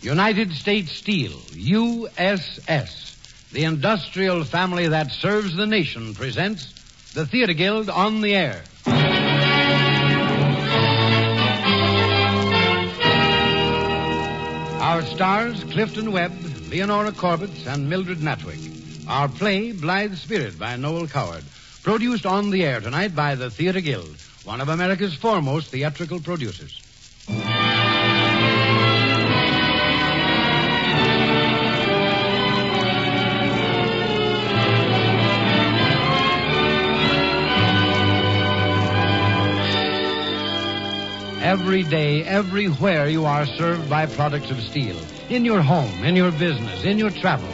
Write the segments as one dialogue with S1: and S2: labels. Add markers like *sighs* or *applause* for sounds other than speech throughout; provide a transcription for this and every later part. S1: United States Steel, USS, the industrial family that serves the nation, presents the Theater Guild on the air. Our stars, Clifton Webb, Leonora Corbett, and Mildred Natwick. Our play, Blithe Spirit, by Noel Coward, produced on the air tonight by the Theater Guild, one of America's foremost theatrical producers. Every day, everywhere, you are served by products of steel. In your home, in your business, in your travel.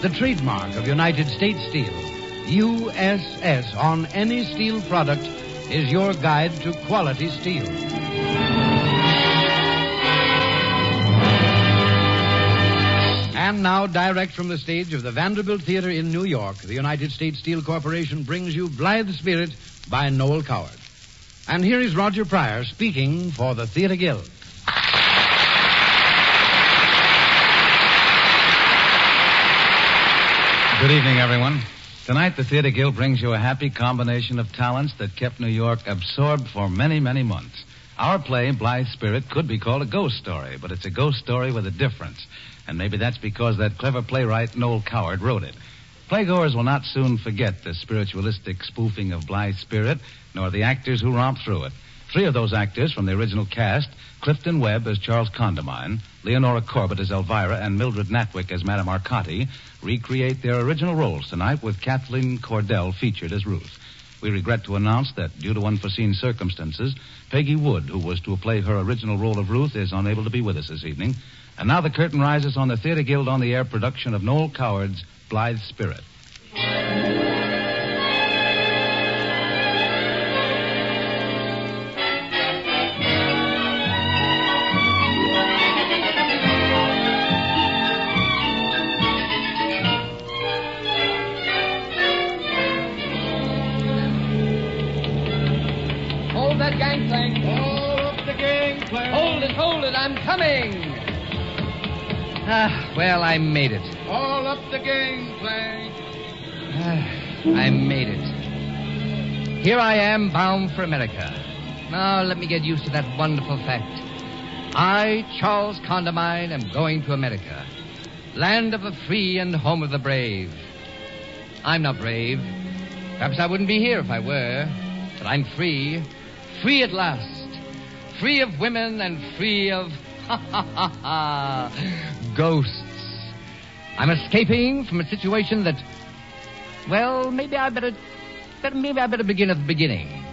S1: The trademark of United States Steel, USS, on any steel product is your guide to quality steel. And now, direct from the stage of the Vanderbilt Theater in New York, the United States Steel Corporation brings you Blithe Spirit by Noel Coward. And here is Roger Pryor speaking for the Theater Guild.
S2: Good evening, everyone. Tonight, the Theater Guild brings you a happy combination of talents that kept New York absorbed for many, many months. Our play, Blythe Spirit, could be called a ghost story, but it's a ghost story with a difference. And maybe that's because that clever playwright, Noel Coward, wrote it. Playgoers will not soon forget the spiritualistic spoofing of Blythe Spirit, nor the actors who romped through it. Three of those actors from the original cast Clifton Webb as Charles Condamine, Leonora Corbett as Elvira, and Mildred Natwick as Madame Arcati recreate their original roles tonight with Kathleen Cordell featured as Ruth. We regret to announce that, due to unforeseen circumstances, Peggy Wood, who was to play her original role of Ruth, is unable to be with us this evening. And now the curtain rises on the Theater Guild on the Air production of Noel Coward's Blythe Spirit.
S3: Hold that gangplank. Hold up the gangplank. Hold it, hold it. I'm coming. Ah, well, I made it.
S1: All up the gangplank.
S3: Ah, *sighs* I made it. Here I am, bound for America. Now, let me get used to that wonderful fact. I, Charles Condamine, am going to America, land of the free and home of the brave. I'm not brave. Perhaps I wouldn't be here if I were. But I'm free. Free at last. Free of women and free of. Ha ha ha ha. Ghosts. I'm escaping from a situation that. Well, maybe I better. better- Maybe I better begin at the beginning.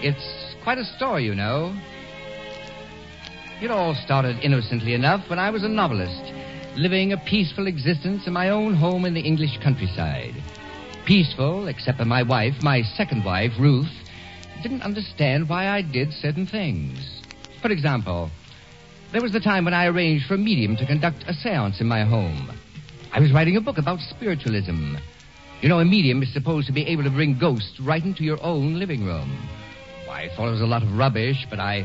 S3: It's quite a story, you know. It all started innocently enough when I was a novelist, living a peaceful existence in my own home in the English countryside. Peaceful, except that my wife, my second wife, Ruth, didn't understand why I did certain things. For example, there was the time when I arranged for a medium to conduct a seance in my home. I was writing a book about spiritualism. You know, a medium is supposed to be able to bring ghosts right into your own living room. Why, I thought it was a lot of rubbish, but I,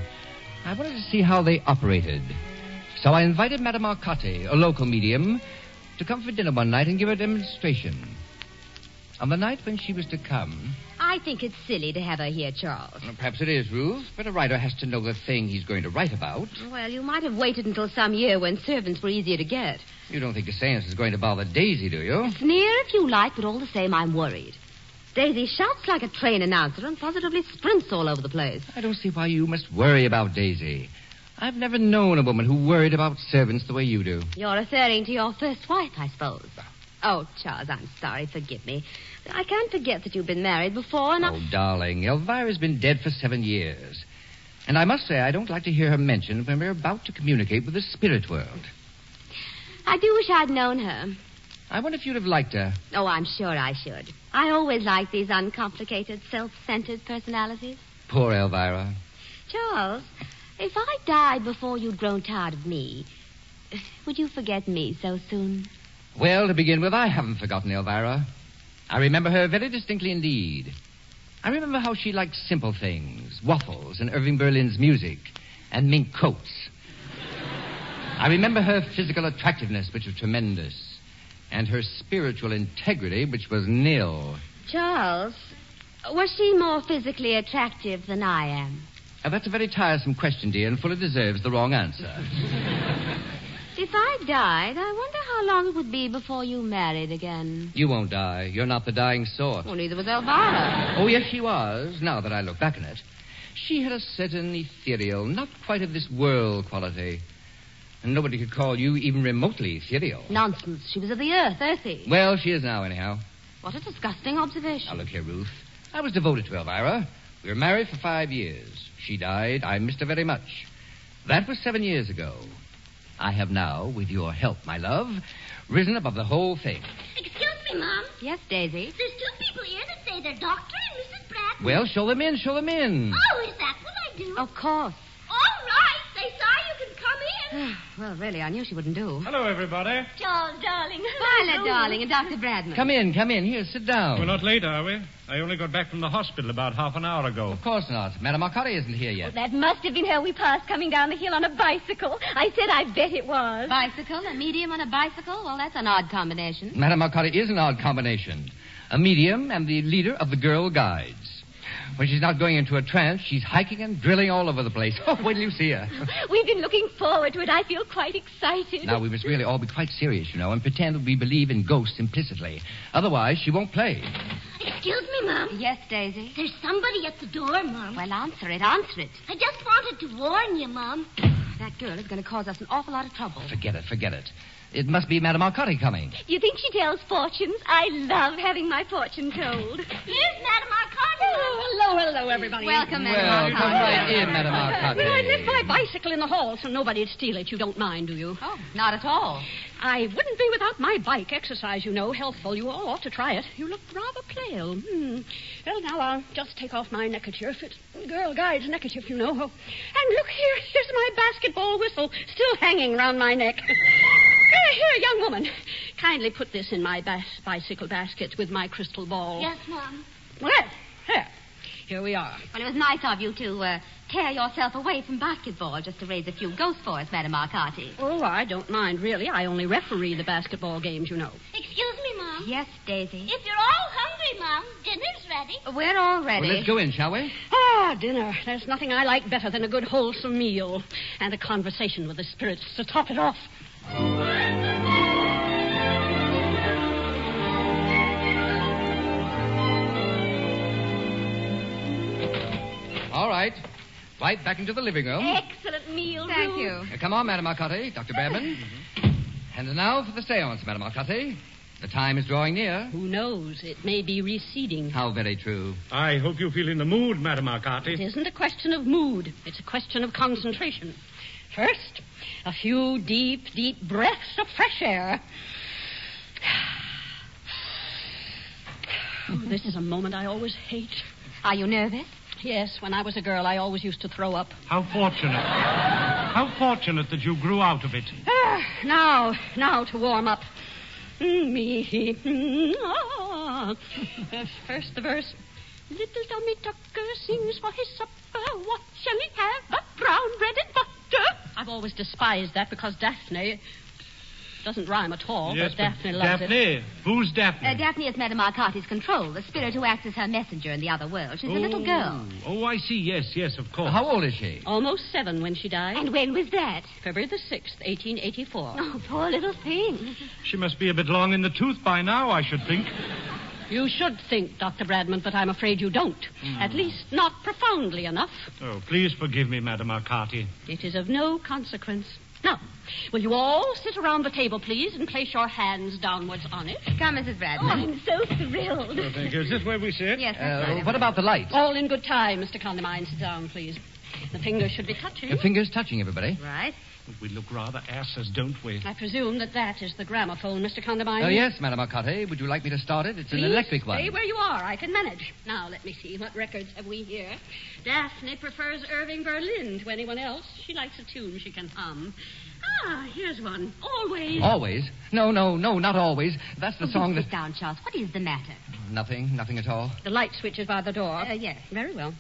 S3: I wanted to see how they operated. So I invited Madame Arcotti, a local medium, to come for dinner one night and give a demonstration. On the night when she was to come,
S4: I think it's silly to have her here, Charles.
S3: well, perhaps it is, Ruth, but a writer has to know the thing he's going to write about.
S4: Well, you might have waited until some year when servants were easier to get.
S3: You don't think the seance is going to bother Daisy, do you?
S4: Sneer if you like, but all the same, I'm worried. Daisy shouts like a train announcer and positively sprints all over the place.
S3: I don't see why you must worry about Daisy. I've never known a woman who worried about servants the way you do.
S4: You're referring to your first wife, I suppose. Oh, Charles, I'm sorry. Forgive me. I can't forget that you've been married before, and I...
S3: Oh, darling, Elvira's been dead for seven years. And I must say, I don't like to hear her mentioned when we're about to communicate with the spirit world.
S4: I do wish I'd known her.
S3: I wonder if you'd have liked her.
S4: Oh, I'm sure I should. I always like these uncomplicated, self-centered personalities.
S3: Poor Elvira.
S4: Charles, if I died before you'd grown tired of me, would you forget me so soon?
S3: Well, to begin with, I haven't forgotten Elvira. I remember her very distinctly indeed. I remember how she liked simple things waffles and Irving Berlin's music and mink coats. I remember her physical attractiveness, which was tremendous, and her spiritual integrity, which was nil.
S5: Charles, was she more physically attractive than I am?
S3: Now, Uh, that's a very tiresome question, dear, and fully deserves the wrong answer.
S5: If I died, I wonder how long it would be before you married again.
S3: you won't die. You're not the dying sort.
S5: Well, Oh, neither was Elvira.
S3: Oh, yes, she was, now that I look back on it. She had a certain ethereal, not quite of this world quality. And nobody could call you even remotely ethereal.
S5: Nonsense. She was of the earth, earthy.
S3: Well, she is now, anyhow.
S5: What a disgusting
S3: Now,
S5: observation.
S3: look here, Ruth. I was devoted to Elvira. We were married for five years. She died. I missed her very much. That was seven years ago. I have now, with your help, my love, risen above the whole thing.
S6: Excuse me, Mom.
S5: Yes, Daisy.
S6: There's two people here that say they're Doctor and Mrs. Brad.
S3: Well, show them in, show them in.
S6: Oh, is that what I do?
S5: Of course.
S6: All right. They sorry you can
S5: *sighs*
S6: come in.
S5: well, really, I knew she wouldn't do.
S7: Hello, everybody.
S6: Charles, darling. *laughs*
S5: Violet, darling, and Dr. Bradman.
S3: Come in, come in. Here, sit down.
S7: We're not late, are we? I only got back from the hospital about half an hour ago.
S3: Of course not. Madame Arcari isn't here yet.
S6: That must have been her we passed coming down the hill on a bicycle. I said I bet it was.
S5: Bicycle, a medium on a bicycle? Well, that's an odd combination.
S3: Madame Arcari is an odd combination. A medium and the leader of the Girl Guides. When she's not going into a trance, she's hiking and drilling all over the place. *laughs* Oh, when you see her.
S5: *laughs*
S6: We've been looking forward to it. I feel quite excited.
S3: Now, we must really all be quite serious, you know, and pretend that we believe in ghosts implicitly. Otherwise, she won't play.
S6: Excuse me, Mom.
S5: Yes, Daisy.
S6: There's somebody at the door, Mom.
S5: Well, answer it, answer it.
S6: I just wanted to warn you, Mom.
S5: That girl is going to cause us an awful lot of trouble.
S3: Forget it, forget it. It must be Madame Arcari coming.
S6: You think she tells fortunes? I love having my fortune told. Here's Madame Arcana.
S8: Hello, hello, everybody.
S5: Welcome,
S3: Well,
S5: Madame
S3: come
S5: Arcade.
S3: right in, Madame Arcari.
S8: Well, I left my bicycle in the hall so nobody'd steal it. You don't mind, do you?
S5: Oh, not at all.
S8: I wouldn't be without my bike. Exercise, you know, healthful. You all ought to try it. You look rather pale. Hmm. Well, now I'll just take off my neckerchief. It's girl guide's neckerchief, you know. Oh, And look here. Here's my basketball whistle still hanging round
S5: *laughs*
S8: my neck. Here, here, young woman. Kindly put this in my bas- bicycle basket with my crystal ball.
S6: Yes, Mom.
S8: Well, here. Here we are.
S5: Well, it was nice of you to uh, tear yourself away from basketball just to raise a few ghosts for us, Madame Arcati.
S8: *laughs* Oh, I don't mind, really. I only referee the basketball games, you know.
S6: Excuse me, Mom.
S5: Yes, Daisy.
S6: If you're all hungry, Mom, dinner's ready.
S5: We're all ready.
S3: Well, let's go in, shall we?
S8: Ah, dinner. There's nothing I like better than a good wholesome meal and a conversation with the spirits to top it off.
S3: All right. Right back into the living room.
S6: Excellent meal.
S5: Thank
S6: Ruth.
S5: you.
S3: Uh, Come on, Madame Arcati, Dr. Behrman.
S8: Mm-hmm.
S3: And now for the seance, Madame Arcati. The time is drawing near.
S8: Who knows? It may be receding.
S3: How very true.
S7: I hope you feel in the mood, Madame
S8: It
S7: Arcati.
S8: isn't a question of mood, it's a question of concentration. First, a few deep, deep breaths of fresh air. *sighs* Oh, this is a moment I always hate.
S5: Are you nervous?
S8: Yes, when I was a girl, I always used to throw up.
S7: How fortunate. How fortunate that you grew out of it.
S8: Ah, now, now to warm up. Mm, Me. mm, ah. First the verse. Little Tommy Tucker sings for his supper. What shall he have but brown bread and butter? I've always despised that because Daphne doesn't rhyme at all, but Oh, Daphne loves it.
S7: Daphne? Who's Daphne?
S5: Uh, Daphne is Madame Arcati's control, the spirit who acts as her messenger in the other world. She's a little girl.
S7: Oh, I see. Yes, yes, of course.
S3: How old is she?
S8: Almost seven when she died.
S5: And when was that?
S8: February the 6th, 1884.
S5: Oh, poor little thing.
S7: She must be a bit long in the tooth by now, I should think.
S8: You should think, Dr. Bradman, but I'm afraid you don't.
S7: Hmm.
S8: At least not profoundly enough.
S7: Oh, please forgive me, Madame Arcati.
S8: It is of no consequence. Now, will you all sit around the table, please, and place your hands downwards on it? Oh,
S5: Come, Mrs. Bradman.
S6: I'm so thrilled.
S7: Well, thank you. Is this where we sit?
S5: Yes, that's
S3: Uh,
S5: right.
S3: what about the light?
S8: All in good time, Mr. Condamine. Sit down, please. The fingers should be touching.
S3: Your fingers touching everybody.
S5: Right.
S7: We look rather asses, don't we?
S8: I presume that that is the gramophone, Mr. Condamine.
S3: Oh, yes, Madame Arcati. Would you like me to start it? It's
S8: Please
S3: an electric
S8: Stay
S3: one.
S8: where you are. I can manage. Now, let me see. What records have we here? Daphne prefers Irving Berlin to anyone else. She likes a tune she can hum. Ah, here's one. Always.
S3: Always? No, no, no, not always. That's
S4: Oh,
S8: Oh,
S3: the
S8: *laughs*
S3: song
S5: You
S3: that.
S5: Sit down, Charles. What is the matter?
S3: Nothing, nothing at all. *laughs*
S8: The light switch is by the door.
S5: Uh, yes.
S8: Very well.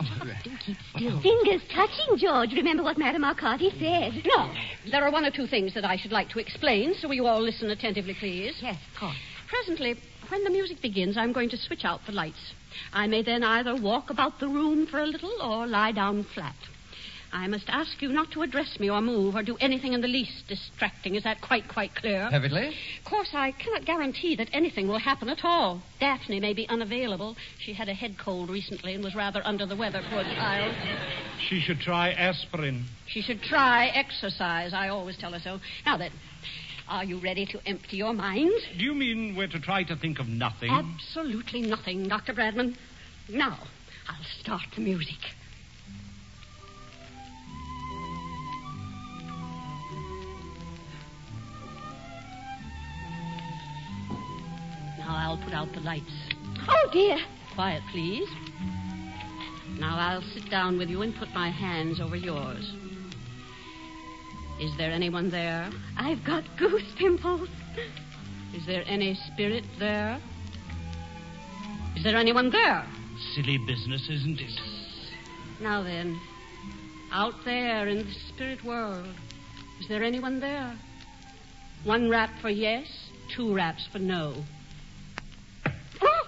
S4: Do keep still.
S5: Fingers touching, George. Remember what Madame Arcati said.
S8: No, there are one or two things that I should like to explain, so will you all listen attentively, please?
S4: Yes, of course.
S8: Presently, when the music begins, I'm going to switch out the lights. I may then either walk about the room for a little or lie down flat. I must ask you not to address me or move or do anything in the least distracting. Is that quite, quite clear?
S3: Perfectly.
S8: Of course, I cannot guarantee that anything will happen at all. Daphne may be unavailable. She had a head cold recently and was rather under the weather, poor child.
S7: She should try aspirin.
S8: She should try exercise. I always tell her so. Now then, are you ready to empty your mind?
S7: Do you mean we're to try to think of nothing?
S8: Absolutely nothing, Dr. Bradman. Now, I'll start the music. Now I'll put out the lights.
S5: Oh, dear.
S8: Quiet, please. Now I'll sit down with you and put my hands over yours. Is there anyone there?
S5: I've got goose pimples.
S8: Is there any spirit there? Is there anyone there?
S7: Silly business, isn't it?
S8: Now then, out there in the spirit world, is there anyone there? One rap for yes, two raps for no. Oh!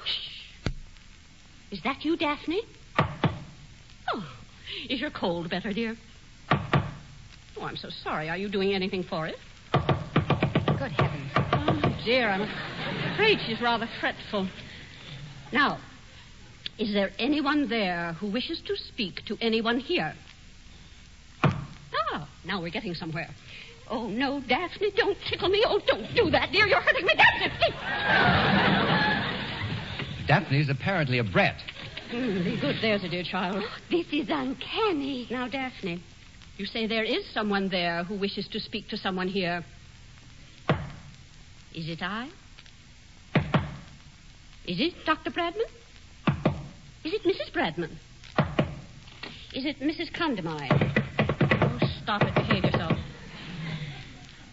S8: Is that you, Daphne? Oh, is your cold better, dear? Oh, I'm so sorry. Are you doing anything for it?
S4: Good heavens.
S8: Oh, dear, I'm afraid she's rather fretful. Now, is there anyone there who wishes to speak to anyone here? Ah, now we're getting somewhere. Oh, no, Daphne, don't tickle me. Oh, don't do that, dear. You're hurting me, Daphne.
S3: Daphne's apparently a brat.
S8: Mm, be good. There's a dear child.
S5: This is uncanny.
S8: Now, Daphne, you say there is someone there who wishes to speak to someone here. Is it I? Is it Dr. Bradman? Is it Mrs. Bradman? Is it Mrs. Condamine? Oh, stop it. Behave yourself.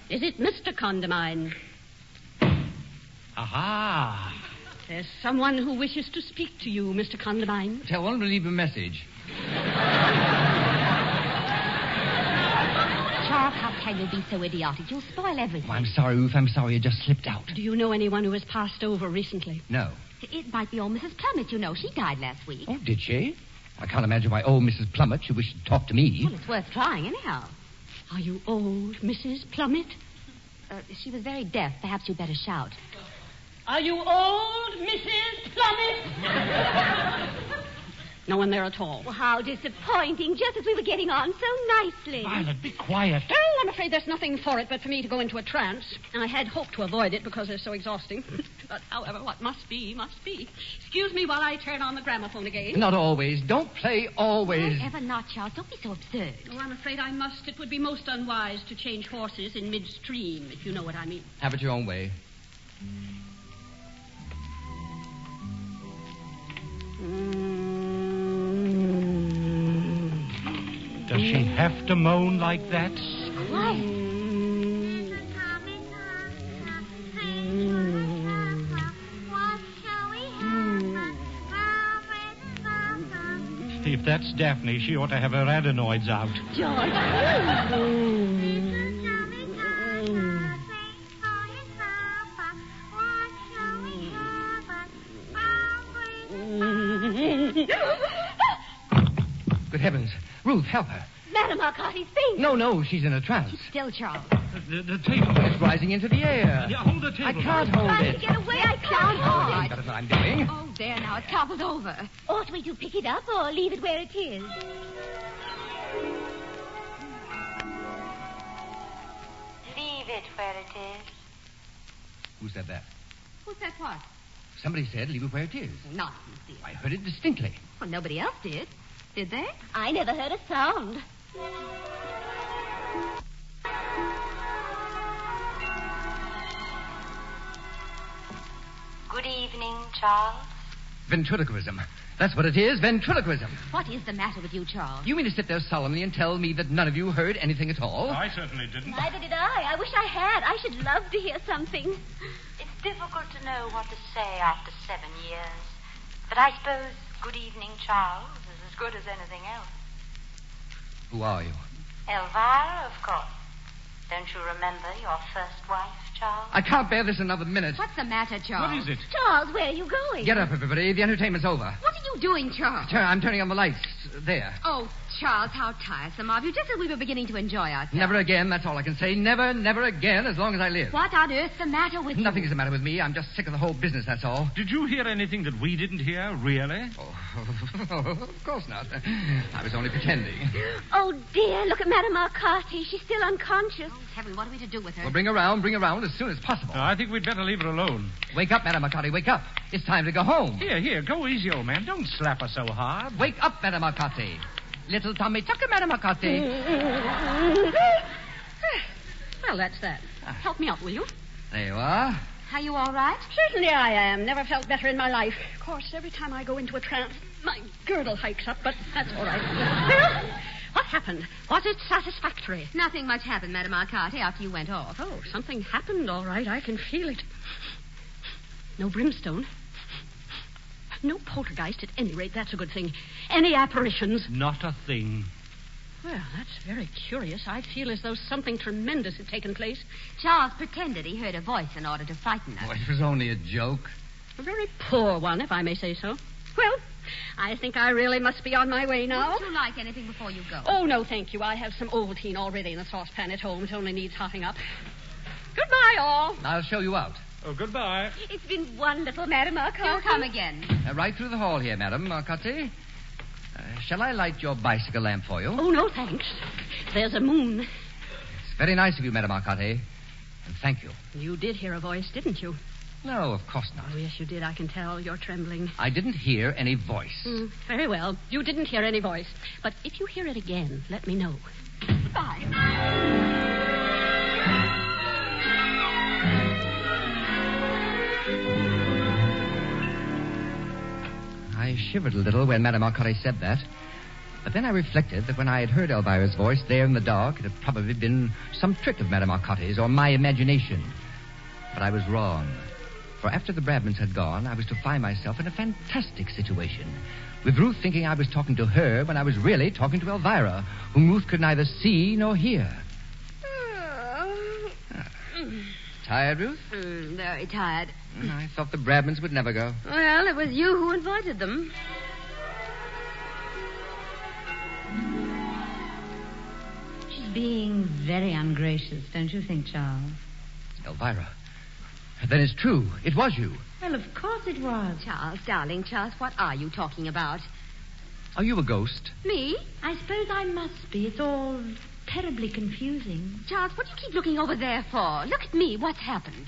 S8: Is it Mr. Condamine?
S3: Aha!
S8: There's someone who wishes to speak to you, Mr. Condamine.
S3: Tell one to leave a message.
S4: Charles, how can you be so idiotic? You'll spoil everything.
S3: Oh, I'm sorry, Ruth. I'm sorry. It just slipped out.
S8: Do you know anyone who has passed over recently?
S3: No.
S4: It might be old Mrs. Plummet, you know. She died last week.
S3: Oh, did she? I can't imagine why old Mrs. Plummet should wish to talk to me.
S4: Well, it's worth trying, anyhow.
S8: Are you old, Mrs. Plummet?
S4: Uh, she was very deaf. Perhaps you'd better shout.
S8: Are you old, Mrs. Plummet? no one there at all.
S5: Well, how disappointing, just as we were getting on so nicely.
S7: Violet, be quiet.
S8: Well, Oh, I'm afraid there's nothing for it but for me to go into a trance. I had hoped to avoid it because they're so exhausting. *laughs* but, however, what must be, must be. Excuse me while I turn on the gramophone again.
S3: Not always. Don't play always.
S4: Ever not, Charles. Don't be so absurd.
S8: Oh, I'm afraid I must. It would be most unwise to change horses in midstream, if you know what I mean.
S3: Have it your own way.
S7: Does she have to moan like that?
S4: Quiet.
S7: If that's Daphne, she ought to have her adenoids out.
S8: *laughs*
S3: Good heavens. Ruth, help her.
S5: Madame Arcati's thing.
S3: No, no, she's in a trance.
S4: Still, Charles.
S7: The, the table.
S3: It's rising into the air.
S7: Yeah, hold the table.
S3: I can't hold
S5: Trying to
S3: it.
S5: get away. I can't hold it.
S3: That's what I'm doing.
S4: Oh, there now. It toppled over.
S5: Ought we to pick it up or leave it where it is?
S9: Leave it where it is.
S3: Who said that?
S4: Who said what?
S3: Somebody said leave it where it is.
S4: Nonsense, dear.
S3: I heard it distinctly.
S4: Well, nobody else did. Did they?
S5: I never heard a sound.
S9: Good evening, Charles.
S3: Ventriloquism. That's what it is, ventriloquism.
S4: What is the matter with you, Charles?
S3: You mean to sit there solemnly and tell me that none of you heard anything at all?
S7: I certainly didn't.
S5: Neither did I. I wish I had. I should love to hear something.
S9: It's difficult to know what to say after seven years. But I suppose good evening, Charles, is as
S10: good as anything else.
S3: Who are you?
S10: Elvira, of course. Don't you remember your first wife, Charles?
S3: I can't bear this another minute.
S5: What's the matter, Charles?
S7: What is it?
S11: Charles, where are you going?
S3: Get up, everybody. The entertainment's over.
S5: What are you doing, Charles?
S3: Turn, I'm turning on the lights. There.
S5: Oh, Charles, how tiresome of you. Just as we were beginning to enjoy ourselves.
S3: Never again, that's all I can say. Never, never again, as long as I live.
S5: What on earth's the matter with you?
S3: Nothing's the matter with me. I'm just sick of the whole business, that's all.
S7: Oh, Did you hear anything that we didn't hear, really?
S3: Oh, *laughs* of course not. I was
S5: *gasps*
S3: only pretending.
S11: Oh, dear. Look at Madame Arcati. She's still unconscious.
S5: Heaven, Oh, what are we to do with her?
S3: Well, bring her round, bring her round as soon as possible.
S7: No, I think we'd better leave her alone.
S3: Wake up, Madame Arcati, wake up. It's time to go home.
S7: Here, here, go easy, old man. Don't slap her so hard.
S3: Wake up, Madame Arcati. Little Tommy Tucker, Madame Arcati.
S8: *laughs*
S5: *laughs*
S8: Well, that's that. Help me up, will you?
S3: There you are.
S5: Are you all right?
S8: Certainly I am. Never felt better in my life. Of course, every time I go into a trance, my girdle hikes up, but that's all right. Well, what happened? Was it satisfactory?
S5: Nothing much happened, Madame Arcati, after you went off.
S8: Oh, something happened, all right. I can feel it. No brimstone. No poltergeist, at any rate, that's a good thing. Any apparitions?
S7: Not a thing.
S8: Well, that's very curious. I feel as though something tremendous had taken place.
S5: Charles pretended he heard a voice in order to frighten us.
S3: Well, it was only a joke.
S8: A very poor one, if I may say so. Well, I think I really must be on my way now.
S5: Would you like anything before you go?
S8: Oh, no, thank you. I have some Ovaltine already in the saucepan at home. It only needs hotting up. Goodbye, all.
S3: I'll show you out.
S7: Oh, goodbye.
S11: It's been wonderful, Madame
S5: You'll
S11: Arcati.
S5: come again.
S3: Uh, right through the hall here, Madame Arcati. Uh, shall I light your bicycle lamp for you?
S8: Oh, no, thanks. There's a moon.
S3: It's very nice of you, Madame Arcati. And thank you.
S8: You did hear a voice, didn't you?
S3: No, of course not.
S8: Oh, yes, you did. I can tell. You're trembling.
S3: I didn't hear any voice.
S5: Hmm.
S8: Mm, very well. You didn't hear any voice. But if you hear it again, let me know.
S11: Goodbye.
S3: I shivered a little when Madame Arcati said that. But then I reflected that when I had heard Elvira's voice there in the dark, it had probably been some trick of Madame Arcati's or my imagination. But I was wrong. For after the Bradmans had gone, I was to find myself in a fantastic situation, with Ruth thinking I was talking to her when I was really talking to Elvira, whom Ruth could neither see nor hear.
S5: *sighs*
S3: Ah. Tired, Ruth?
S5: Oh. Mm, very tired.
S3: Mm, I thought the Bradmans would never go.
S5: Well, it was you who invited them.
S12: She's being very ungracious, don't you think, Charles?
S3: Elvira. Then it's true. It was you.
S12: Well, of course it was.
S5: Charles, darling, Charles, what are you talking about?
S3: Are you a ghost?
S5: Me?
S12: I suppose I must be. It's all terribly confusing.
S5: Charles, what do you keep looking over there for? Look at me. What's happened?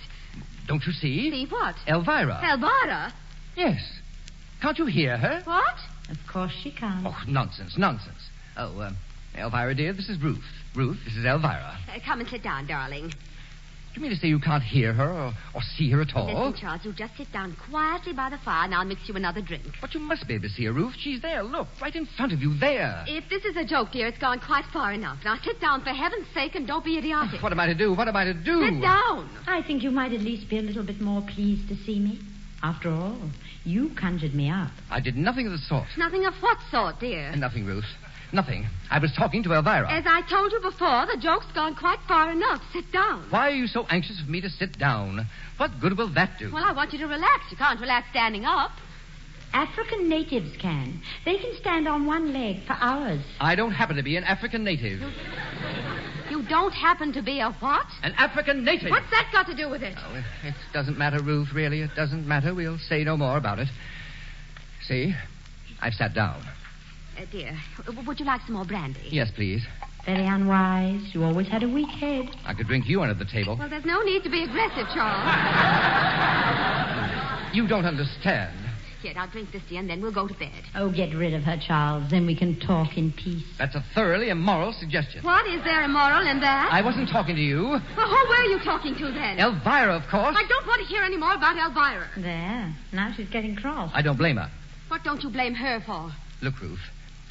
S3: Don't you see?
S5: See what?
S3: Elvira.
S5: Elvira.
S3: Yes. Can't you hear her?
S5: What?
S12: Of course she can't.
S3: Oh, nonsense, nonsense. Oh, um, Elvira, dear, this is Ruth. Ruth, this is Elvira.
S5: Uh, come and sit down, darling.
S3: You mean to say you can't hear her or, or see her
S12: *laughs*
S3: at all?
S5: Listen, Charles, you just sit down quietly by the fire and I'll mix you another drink.
S3: But you must be able to see her, Ruth. She's there. Look, right in front of you, there.
S5: If this is a joke, dear, it's gone quite far enough. Now sit down for heaven's sake and don't be idiotic.
S3: What am I to do? What am I to do?
S5: Sit down.
S12: I think you might at least be a little bit more pleased to see me. After all, you conjured me up.
S3: I did nothing of the sort.
S5: Nothing of what sort, dear?
S3: Nothing, Ruth. Nothing. I was talking to Elvira.
S5: As I told you before, the joke's gone quite far enough. Sit down.
S3: Why are you so anxious for me to sit down? What good will that do?
S5: Well, I want you to relax. You can't relax standing up.
S12: African natives can. They can stand on one leg for hours.
S3: I don't happen to be an African native.
S5: You don't happen to be a what?
S3: An African native.
S5: What's that got to do with it?
S3: Oh, it- it doesn't matter, Ruth, really. It doesn't matter. We'll say no more about it. See? I've sat down.
S5: Uh, dear, w- would you like some more brandy?
S3: Yes, please.
S12: Very unwise. You always had a weak head.
S3: I could drink you under the table.
S5: Well, there's no need to be aggressive, Charles.
S3: You don't understand.
S5: Here, now drink this, dear, and then we'll go to bed.
S12: Oh, get rid of her, Charles. Then we can talk in peace.
S3: That's a thoroughly immoral suggestion.
S5: What is there immoral in that?
S3: I wasn't talking to you.
S5: Well, who were you talking to then?
S3: Elvira, of course.
S5: I don't want to hear any more about Elvira.
S12: There. Now she's getting cross.
S3: I don't blame her.
S5: What don't you blame her for?
S3: Look, Ruth.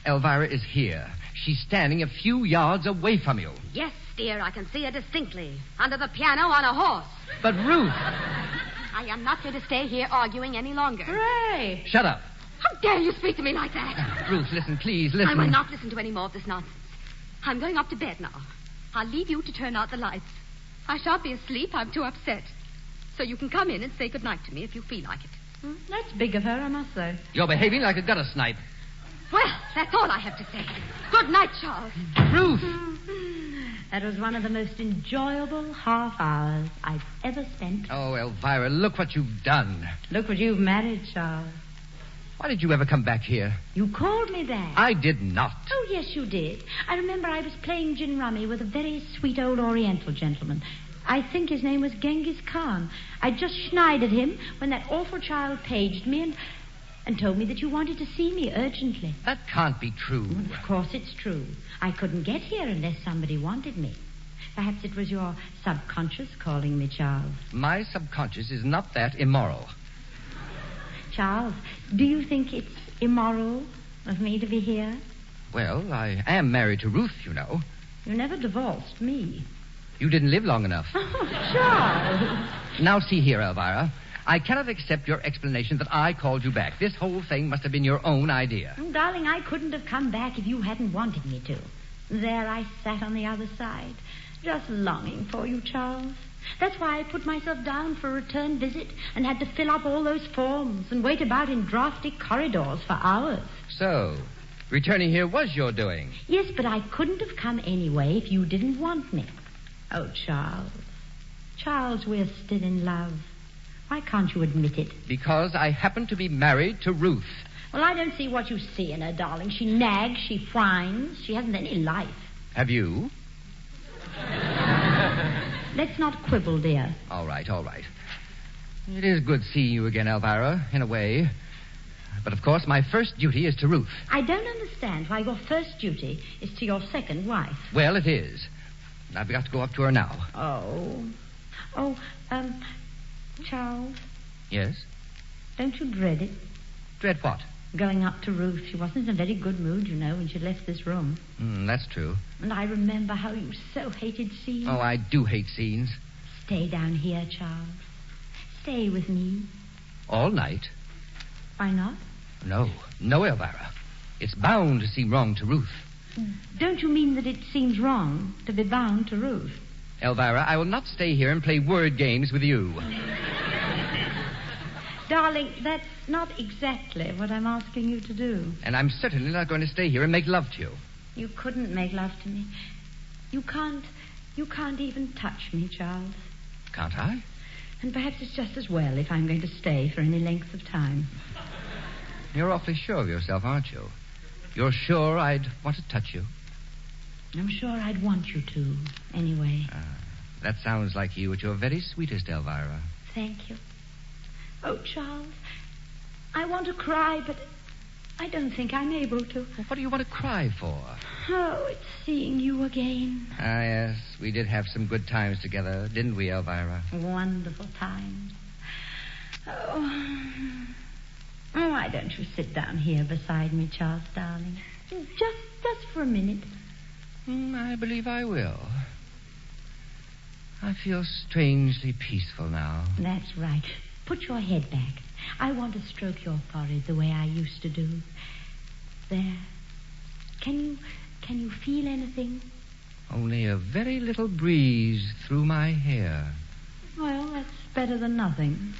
S3: Elvira is here. She's standing a few yards away from you.
S5: Yes, dear, I can see her distinctly. Under the piano on a horse.
S3: But, Ruth,
S5: I am not going to stay here arguing any longer.
S12: Hooray!
S3: shut up.
S5: How dare you speak to me like that?
S3: Ruth, listen, please,
S5: I
S3: Ah, listen.
S5: will not listen to any more of this nonsense. I'm going up to bed now. I'll leave you to turn out the lights. I shan't be asleep. I'm too upset. So you can come in and say goodnight to me if you feel like it.
S12: Hmm? That's big of her, I must say.
S3: You're behaving like a gutter snipe.
S5: Well, that's all I have to say. Good night, Charles.
S3: Ruth!
S12: *laughs* That was one of the most enjoyable half hours I've ever spent.
S3: Oh, Elvira, look what you've done.
S12: Look what you've uh, married, Charles.
S3: Why did you ever come back here?
S12: You called me that.
S3: I did not.
S12: Oh, yes, you did. I remember I was playing gin rummy with a very sweet old Oriental gentleman. I think his name was Genghis Khan. I just schneided him when that awful child paged me and, and told me that you wanted to see me urgently.
S3: That can't be true.
S12: Of course it's true. I couldn't get here unless somebody wanted me. Perhaps it was your subconscious calling me Charles.
S3: My subconscious is not that immoral.
S12: Charles, do you think it's immoral of me to be here?
S3: Well, I am married to Ruth, you know.
S12: You never divorced me.
S3: You didn't live
S12: *laughs*
S3: long enough.
S12: Oh, *laughs* Charles.
S3: Now, see here, Elvira. I cannot accept your explanation that I called you back. This whole thing must have been your own idea.
S12: Mm, Darling, I couldn't have come back if you hadn't wanted me to. There I sat on the other side, just longing for you, Charles. That's why I put myself down for a return visit and had to fill up all those forms and wait about in drafty corridors for hours.
S3: So, returning here was your doing.
S12: Yes, but I couldn't have come anyway if you didn't want me. Oh, Charles. Charles, we're still in love. Why can't you admit it?
S3: Because I happen to be married to Ruth.
S12: Well, I don't see what you see in her, darling. She nags, she whines, she hasn't any life.
S3: Have you?
S12: Let's not quibble, dear.
S3: All right, all right. It is good seeing you again, Elvira, in a way. But of course, my first duty is to Ruth.
S12: I don't understand why your first duty is to your second wife.
S3: Well, it is. I've got to go up to her now.
S12: Oh. Oh, um, Charles,
S3: Yes?
S12: don't you dread it?
S3: Dread what?
S12: Going up to Ruth. She wasn't in a very good mood, you know, when she left this room.
S3: Mm, that's true.
S12: And I remember how you so hated seeing.
S3: Oh, I do hate scenes.
S12: Stay down here, Charles. Stay with me.
S3: All night.
S12: Why not?
S3: No, no, Elvira. It's bound to seem wrong to Ruth.
S12: Don't you mean that it seems wrong to be bound to Ruth?
S3: Elvira, I will not stay here and play word games with you.
S12: Darling, that's not exactly what I'm asking you to do.
S3: And I'm certainly not going to stay here and make love to you.
S12: You couldn't make love to me. You can't. You can't even touch me, Charles.
S3: Can't I?
S12: And perhaps it's just as well if I'm going to stay for any length of time.
S3: You're awfully sure of yourself, aren't you? You're sure I'd want to touch you?
S12: I'm sure I'd want you to, anyway.
S3: That sounds like you at your very sweetest, Elvira.
S12: Thank you. Oh, Charles, I want to cry, but I don't think I'm able to.
S3: Well, what do you want to cry for?
S12: Oh, it's seeing you again.
S3: Ah, yes, we did have some good times together, didn't we, Elvira?
S12: Wonderful times. Oh. oh, why don't you sit down here beside me, Charles, darling? Just, just for a minute.
S3: Mm, I believe I will. I feel strangely peaceful now.
S12: That's right. Put your head back. I want to stroke your forehead the way I used to do. There. Can you can you feel anything?
S3: Only a very little breeze through my hair.
S12: Well, that's better than nothing.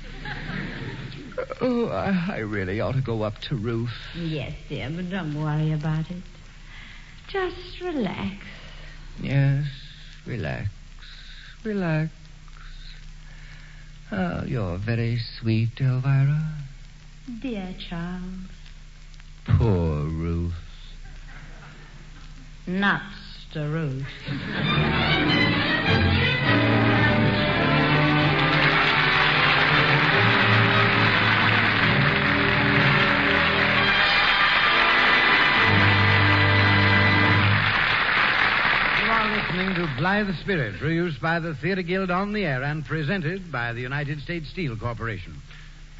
S3: Oh, I, I really ought to go up to Ruth.
S12: Yes, dear, but don't worry about it. Just relax.
S3: Yes, relax, relax. Oh, you're very sweet, Elvira.
S12: Dear Charles.
S3: Poor Ruth.
S12: Nuts to Ruth.
S1: You are listening to Bly the Spirit, produced by the Theatre Guild on the air and presented by the United States Steel Corporation.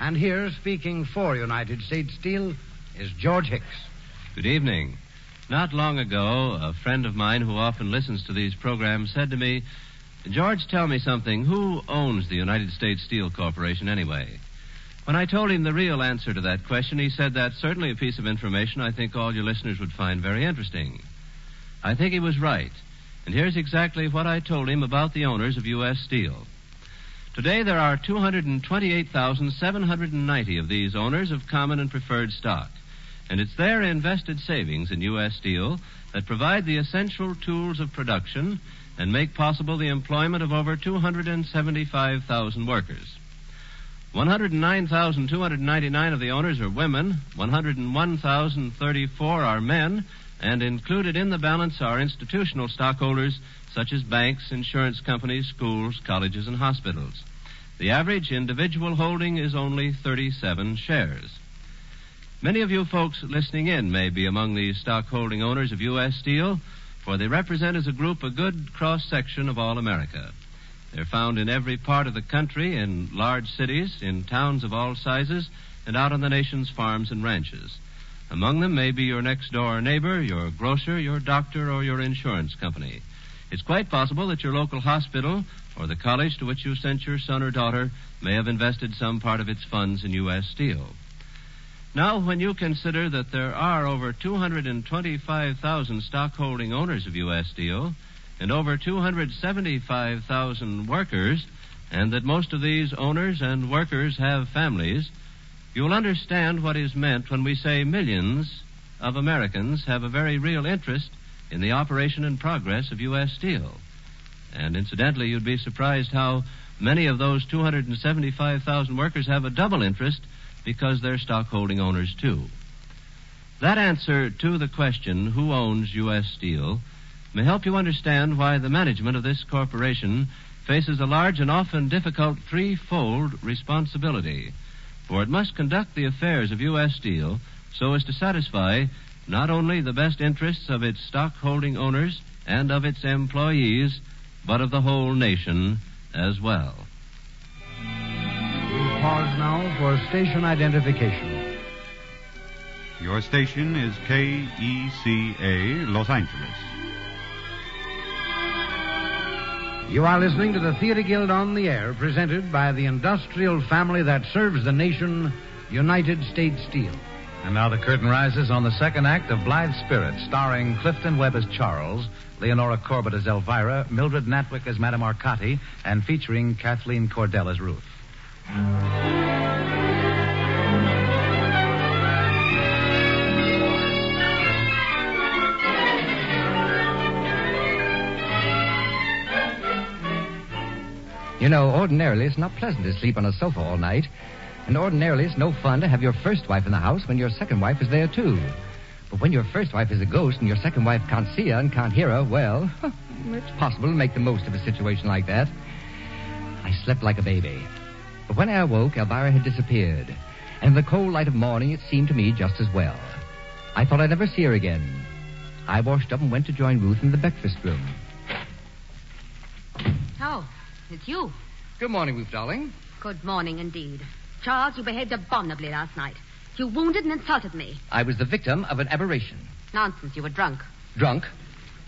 S1: And here, speaking for United States Steel, is George Hicks.
S13: Good evening. Not long ago, a friend of mine who often listens to these programs said to me, George, tell me something. Who owns the United States Steel Corporation anyway? When I told him the real answer to that question, he said that's certainly a piece of information I think all your listeners would find very interesting. I think he was right, and here's exactly what I told him about the owners of U.S. Steel. Today there are 228,790 of these owners of common and preferred stock, and it's their invested savings in U.S. Steel that provide the essential tools of production and make possible the employment of over 275,000 workers. 109,299 of the owners are women, 101,034 are men, and included in the balance are institutional stockholders such as banks, insurance companies, schools, colleges, and hospitals. The average individual holding is only 37 shares. Many of you folks listening in may be among the stockholding owners of U.S. Steel, for they represent as a group a good cross section of all America. They're found in every part of the country, in large cities, in towns of all sizes, and out on the nation's farms and ranches. Among them may be your next door neighbor, your grocer, your doctor, or your insurance company. It's quite possible that your local hospital or the college to which you sent your son or daughter may have invested some part of its funds in U.S. Steel. Now, when you consider that there are over 225,000 stockholding owners of U.S. Steel and over 275,000 workers, and that most of these owners and workers have families, you'll understand what is meant when we say millions of Americans have a very real interest in the operation and progress of U.S. Steel. And incidentally, you'd be surprised how many of those 275,000 workers have a double interest because they're stockholding owners, too. That answer to the question, who owns U.S. Steel, may help you understand why the management of this corporation faces a large and often difficult threefold responsibility. For it must conduct the affairs of U.S. Steel so as to satisfy not only the best interests of its stockholding owners and of its employees, but of the whole nation as well.
S1: Pause now for station identification.
S14: Your station is KECA, Los Angeles.
S1: You are listening to the Theater Guild on the Air, presented by the industrial family that serves the nation, United States Steel.
S2: And now the curtain rises on the second act of Blithe Spirit, starring Clifton Webb as Charles, Leonora Corbett as Elvira, Mildred Natwick as Madame Arcati, and featuring Kathleen Cordell as Ruth.
S3: You know, ordinarily it's not pleasant to sleep on a sofa all night. And ordinarily it's no fun to have your first wife in the house when your second wife is there, too. But when your first wife is a ghost and your second wife can't see her and can't hear her, well, it's possible to make the most of a situation like that. I slept like a baby. But when I awoke, Elvira had disappeared. And in the cold light of morning, it seemed to me just as well. I thought I'd never see her again. I washed up and went to join Ruth in the breakfast room.
S5: Oh, it's you.
S3: Good morning, Ruth, darling.
S5: Good morning indeed. Charles, you behaved abominably last night. You wounded and insulted me.
S3: I was the victim of an aberration.
S5: Nonsense, you were drunk.
S3: Drunk?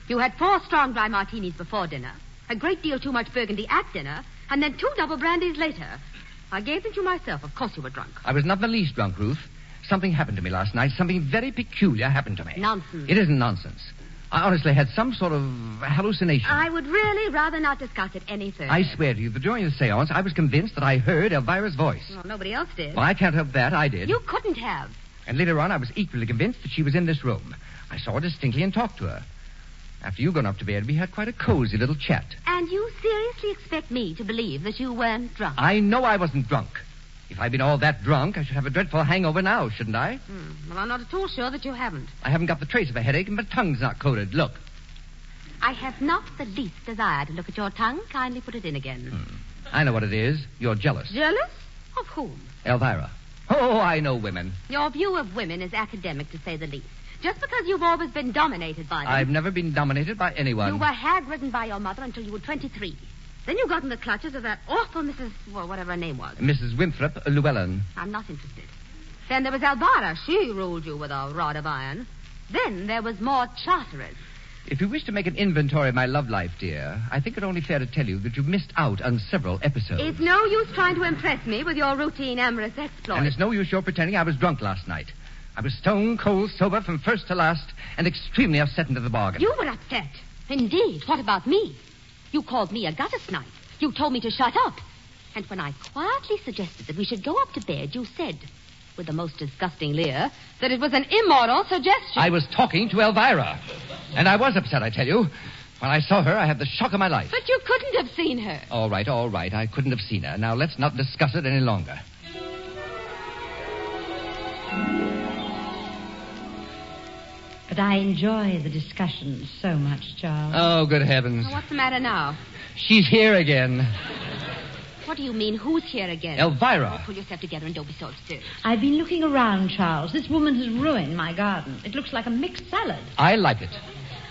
S5: You had four strong dry martinis before dinner, a great deal too much burgundy at dinner, and then two double brandies later. I gave them to you myself. Of course you were drunk.
S3: I was not in the least drunk, Ruth. Something happened to me last night. Something very peculiar happened to me.
S5: Nonsense.
S3: It isn't nonsense. I honestly had some sort of hallucination.
S5: I would really rather not discuss it any further.
S3: I swear to you that during the seance, I was convinced that I heard Elvira's voice.
S5: Well, nobody else did.
S3: Well, I can't help that. I did.
S5: You couldn't have.
S3: And later on, I was equally convinced that she was in this room. I saw her distinctly and talked to her. After you gone up to bed, we had quite a cozy little chat.
S5: And you seriously expect me to believe that you weren't drunk?
S3: I know I wasn't drunk. If I'd been all that drunk, I should have a dreadful hangover now, shouldn't I?
S5: Hmm. Well, I'm not at all sure that you haven't.
S3: I haven't got the trace of a headache, and my tongue's not coated. Look.
S5: I have not the least desire to look at your tongue. Kindly put it in again.
S3: I know what it is. You're jealous.
S5: Jealous? Of whom?
S3: Elvira. Oh, I know women.
S5: Your view of women is academic, to say the least. Just because you've always been dominated by them.
S3: I've never been dominated by anyone.
S5: You were hag-ridden by your mother until you were 23. Then you got in the clutches of that awful Mrs. Well, whatever her name was.
S3: Mrs. Winthrop Llewellyn.
S5: I'm not interested. Then there was Elvira. She ruled you with a rod of iron. Then there was more Charteris.
S3: If you wish to make an inventory of my love life, dear, I think it only fair to tell you that you've missed out on several episodes.
S4: It's no use trying to impress me with your routine amorous exploits.
S3: And it's no use your pretending I was drunk last night. I was stone cold sober from first to last and extremely upset into the bargain.
S5: You were upset. Indeed. What about me? You called me a gutter snipe. You told me to shut up. And when I quietly suggested that we should go up to bed, you said, with the most disgusting leer, that it was an immoral suggestion.
S3: I was talking to Elvira. And I was upset, I tell you. When I saw her, I had the shock of my life.
S5: But you couldn't have seen her.
S3: All right, all right. I couldn't have seen her. Now let's not discuss it any longer.
S12: But I enjoy the discussion so much, Charles.
S3: Oh, good heavens.
S4: Well, what's the matter now?
S3: She's here again.
S5: What do you mean, who's here again?
S3: Elvira.
S5: Pull yourself together and don't be so absurd.
S12: I've been looking around, Charles. This woman has ruined my garden. It looks like a mixed salad.
S3: I like it.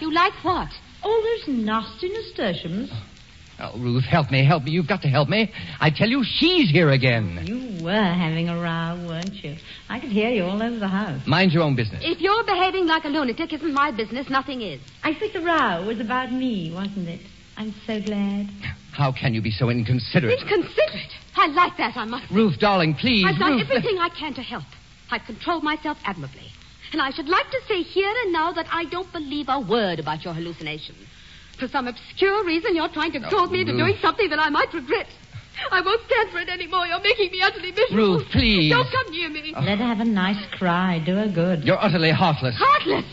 S5: You like what?
S12: All those nasty nasturtiums.
S3: Oh, Ruth, help me, help me. You've got to help me. I tell you, she's here again.
S12: You were having a row, weren't you? I could hear you all over the house.
S3: Mind your own business.
S5: If you're behaving like a lunatic isn't my business, nothing is.
S12: I think the row was about me, wasn't it? I'm so glad.
S3: How can you be so inconsiderate?
S5: Inconsiderate? I like that, I must.
S3: Ruth, darling, please.
S5: I've done
S3: Ruth,
S5: everything I can to help. I've controlled myself admirably. And I should like to say here and now that I don't believe a word about your hallucinations. For some obscure reason, you're trying to goad me into
S3: Ruth.
S5: doing something that I might regret. I won't stand for it anymore. You're making me utterly miserable.
S3: Ruth, please.
S5: Don't come near me.
S3: Uh.
S12: Let her have a nice cry. Do her good.
S3: You're utterly heartless.
S5: Heartless.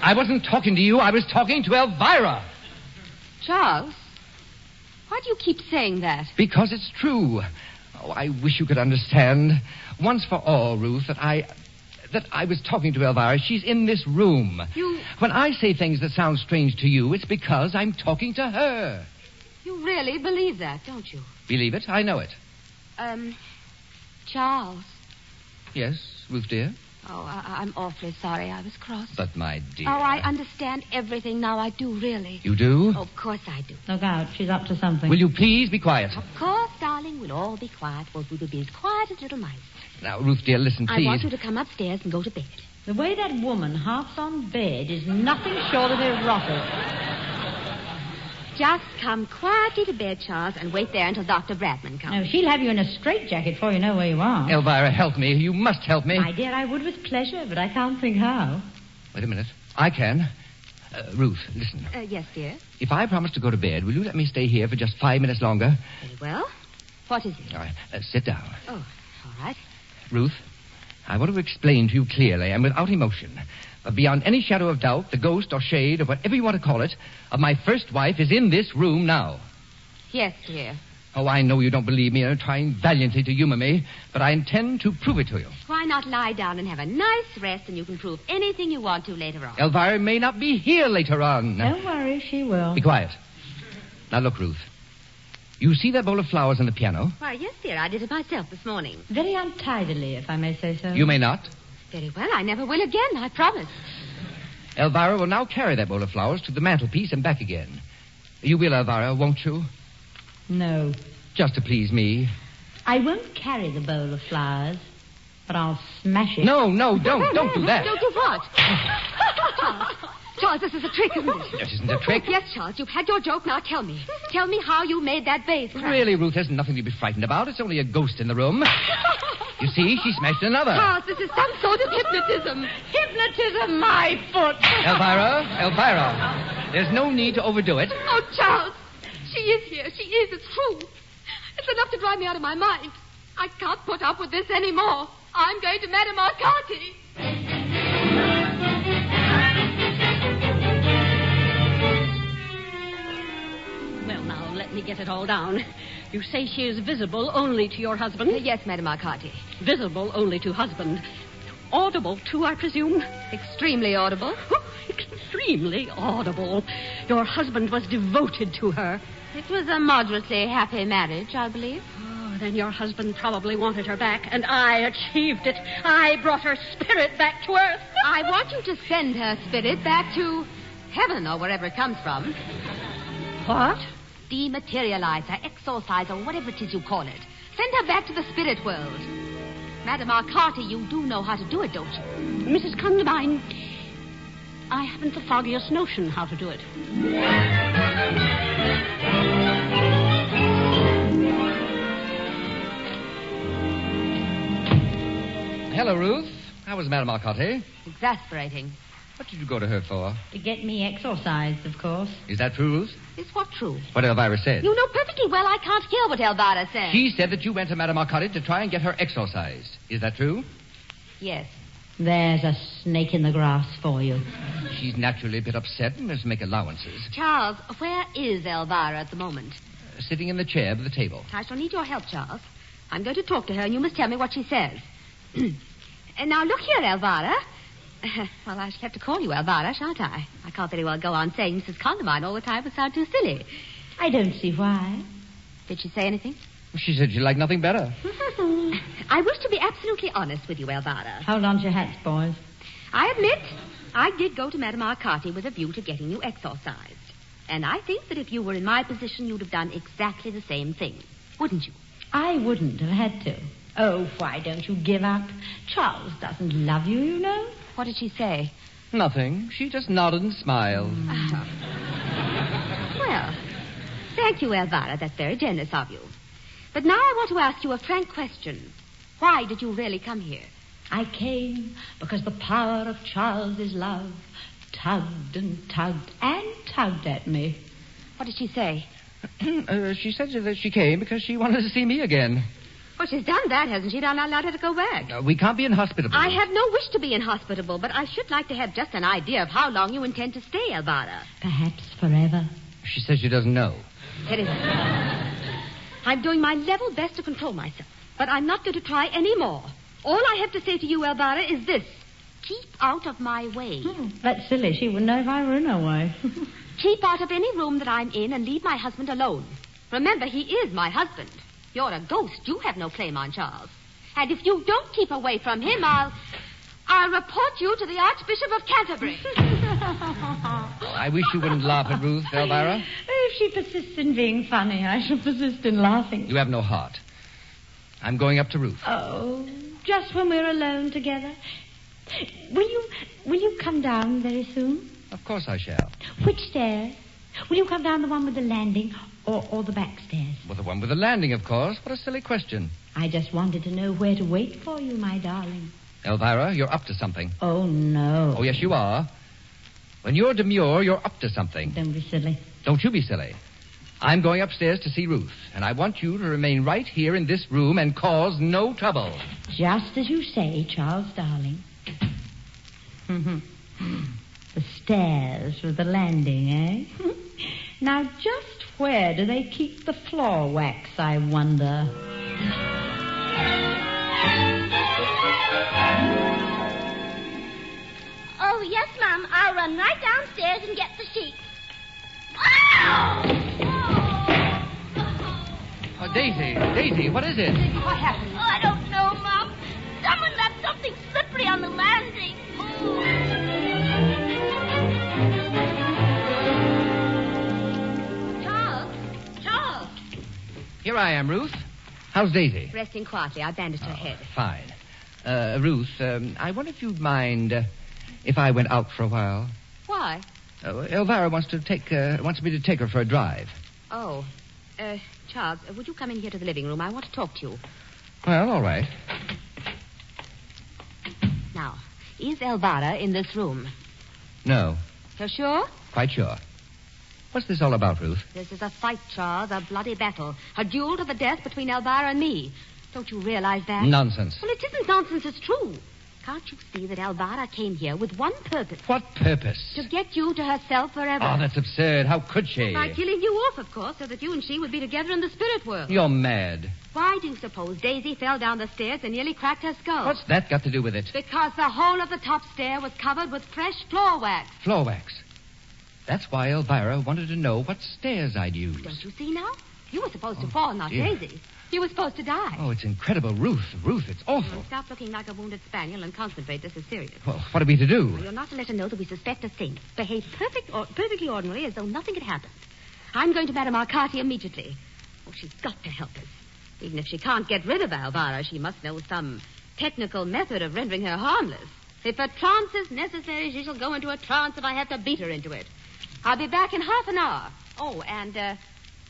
S3: I wasn't talking to you. I was talking to Elvira.
S5: Charles, why do you keep saying that?
S3: Because it's true. Oh, I wish you could understand, once for all, Ruth, that I. That I was talking to Elvira. She's in this room.
S5: You,
S3: When I say things that sound strange to you, it's because I'm talking to her.
S5: you really believe that, don't you?
S3: Believe it? I know it.
S5: Um, Charles.
S3: Yes, Ruth dear.
S5: Oh, I, I'm awfully sorry I was cross.
S3: But my dear.
S5: Oh, I understand everything now. I do, really.
S3: You do?
S5: Of course I do.
S12: Oh, Look out. She's up to something.
S3: Will you please be quiet?
S5: Of course, darling, we'll all be quiet. We'll we'll be as quiet as little mice.
S3: Now, Ruth dear, listen,
S5: I
S3: please.
S5: want you to come upstairs and go to bed.
S12: The way that woman harps on bed is nothing short of erotic.
S5: Just come quietly to bed, Charles, and wait there until Dr. Bradman comes.
S12: No, she'll have you in a straitjacket before you know where you are.
S3: Elvira, help me. You must help Oh, me.
S12: My dear, I would with pleasure, but I can't think how.
S3: Wait a minute. I can. Uh, Ruth, listen.
S5: Uh, yes, dear.
S3: If I promise to go to bed, will you let me stay here for just five minutes longer?
S5: Very well. What is it?
S3: All right, uh, sit down.
S5: Oh, all right.
S3: Ruth, I want to explain to you clearly and without emotion. uh, Beyond any shadow of doubt, the ghost or shade, or whatever you want to call it, of my first wife is in this room now.
S5: Yes, dear.
S3: Oh, I know you don't believe me and are trying valiantly to humor me, but I intend to prove it to you.
S5: Why not lie down and have a nice rest, and you can prove anything you want to later on.
S3: Elvira may not be here later on.
S12: Don't worry, she will.
S3: Be quiet. Now, look, Ruth. You see that bowl of flowers on the piano?
S5: Why, yes, dear. I did it myself this morning.
S12: Very untidily, if I may say so.
S3: You may not.
S5: Very well. I never will again. I promise.
S3: Elvira will now carry that bowl of flowers to the mantelpiece and back again. You will, Elvira, won't you?
S12: No.
S3: Just to please me.
S12: I won't carry the bowl of flowers, but I'll smash it.
S3: No, no, don't. Don't do that.
S5: Don't do what? Charles, Charles, this is a trick, isn't it? *laughs*
S3: That isn't a trick.
S5: Yes, Charles. You've had your joke. Now tell me. Tell me how you made that vase crack.
S3: Really, Ruth, there's nothing to be frightened about. It's only a ghost in the room. You see, she smashed another.
S5: Charles, this is some sort of hypnotism. Hypnotism, my foot.
S3: Elvira, Elvira. There's no need to overdo it.
S5: Oh, Charles, she is here. She is. It's true. It's enough to drive me out of my mind. I can't put up with this anymore. I'm going to Madame Arcati.
S8: Well, now, let me get it all down. You say she is visible only to your husband?
S5: Uh, Yes, Madame Arcati.
S8: Visible only to husband. Audible, too, I presume?
S5: Extremely audible.
S8: Extremely audible. Your husband was devoted to her.
S5: It was a moderately happy marriage, I believe.
S8: Oh, then your husband probably wanted her back, and I achieved it. I brought her spirit back to earth.
S5: *laughs* I want you to send her spirit back to heaven or wherever it comes from.
S8: What?
S5: Dematerialize her, exorcise her, whatever it is you call it. Send her back to the spirit world. Madame Arcati, you do know how to do it, don't you?
S8: Mrs. Condamine, I haven't the foggiest notion how to do it.
S3: Hello, Ruth. How was Madame Alcotti?
S5: Exasperating.
S3: What did you go to her for?
S12: To get me exercised, of course.
S3: Is that true, Ruth?
S5: Is what true?
S3: What Elvira said.
S5: You know perfectly well I can't hear what Elvira says.
S3: She said that you went to Madame Alcotti to try and get her exercised. Is that true?
S5: Yes.
S12: There's a snake in the grass for you.
S3: She's naturally a bit upset and must make allowances.
S5: Charles, where is Elvira at the moment?
S3: Sitting in the chair by the table.
S5: I shall need your help, Charles. I'm going to talk to her, and you must tell me what she says. *clears throat* And now, look here, Elvira. *laughs* Well, I shall have to call you Elvira, shan't I? I can't very well go on saying Mrs. Condamine all the time. It would sound too silly.
S12: I don't see why.
S5: Did she
S12: *laughs*
S5: say anything? *laughs*
S3: She said she liked nothing better.
S5: I wish to be absolutely honest with you, Elvira.
S12: Hold on to your hats, boys.
S5: I admit I did go to Madame Arcati with a view to getting you exorcised. And I think that if you were in my position, you'd have done exactly the same thing, wouldn't you?
S12: I wouldn't have had to. Oh, why don't you give up? Charles doesn't love you, you know.
S5: What did she say?
S3: Nothing. She just nodded and smiled.
S12: Hmm.
S5: Well, thank you, Elvira. That's very generous of you. But now I want to ask you a frank question. Why did you really come here?
S12: I came because the power of Charles's love tugged and tugged and tugged at me.
S5: What did she say?
S3: *clears throat* uh, she said that she came because she wanted to see me again.
S5: Well, she's done that, hasn't she? Now I allowed her to go back.
S3: Uh, we can't be inhospitable.
S5: I have no wish to be inhospitable, but I should like to have just an idea of how long you intend to stay, Elvira.
S12: Perhaps forever.
S3: She says she doesn't know.
S5: That is. I'm doing my level best to control myself, but I'm not going to try any more. All I have to say to you, Elvira, is this keep out of my way.
S12: That's silly. She wouldn't know if I were in her way.
S5: Keep out of any room that I'm in and leave my husband alone. Remember, he is my husband. You're a ghost. You have no claim on Charles. And if you don't keep away from him, I'll. I'll report you to the Archbishop of Canterbury. Oh.
S3: I wish you wouldn't laugh at Ruth, Elvira.
S12: if she persists in being funny, I shall persist in laughing.
S3: You have no heart. I'm going up to Ruth.
S12: Oh, just when we're alone together. Will you will you come down very soon?
S3: Of course I shall.
S12: Which stairs? Will you come down the one with the landing or, or the back stairs?
S3: Well, the one with the landing, of course. What a silly question.
S12: I just wanted to know where to wait for you, my darling.
S3: Elvira, you're up to something.
S12: Oh no.
S3: Oh, yes, you are. When you're demure, you're up to something.
S12: Don't be silly.
S3: Don't you be silly. I'm going upstairs to see Ruth, and I want you to remain right here in this room and cause no trouble.
S12: Just as you say, Charles, darling. *laughs* the stairs with the landing, eh? *laughs* now, just where do they keep the floor wax, I wonder?
S6: Oh, yes, Mum. I'll run right downstairs and get the sheet.
S3: Oh, Daisy, Daisy, what is it?
S6: What happened? Oh, I don't know, Mum. Someone left something slippery on the landing.
S5: Charles? Charles?
S3: Here I am, Ruth. How's Daisy?
S5: Resting quietly, I bandaged her head.
S3: Fine. Uh, Ruth, um, I wonder if you'd mind uh, if I went out for a while.
S5: Why?
S3: Uh, Elvira wants to take uh, wants me to take her for a drive.
S5: Oh. Uh, Charles, uh, would you come in here to the living room? I want to talk to you.
S3: Well, all right.
S5: Now, is Elvira in this room?
S3: No,
S5: You're sure?
S3: quite sure. What's this all about, Ruth?
S5: This is a fight, Charles, a bloody battle. A duel to the death between Elvira and me. Don't you realize that?
S3: Nonsense.
S5: Well, it isn't nonsense, it's true. Can't you see that Elvira came here with one purpose?
S3: What purpose?
S5: To get you to herself forever.
S3: Oh, that's absurd. How could she?
S5: By killing you off, of course, so that you and she would be together in the spirit world.
S3: You're mad.
S5: Why do you suppose Daisy fell down the stairs and nearly cracked her skull?
S3: What's that got to do with it?
S5: Because the whole of the top stair was covered with fresh floor wax.
S3: Floor wax. That's why Elvira wanted to know what stairs I'd used.
S5: Don't you see now? You were supposed to fall, not
S3: Oh, dear.
S5: Daisy. You were supposed to die.
S3: Oh, it's incredible. Ruth, Ruth, it's awful.
S5: Now, stop looking like a wounded spaniel and concentrate. This is serious.
S3: Well, what are we to do?
S5: You're not to let her know that we suspect a thing. Behave perfect or perfectly ordinary as though nothing had happened. I'm going to Madame Arcati immediately. Oh, she's got to help us. Even if she can't get rid of Alvara, she must know some technical method of rendering her harmless.
S4: If a trance is necessary, she shall go into a trance if I have to beat her into it. I'll be back in half an hour. Oh, and uh,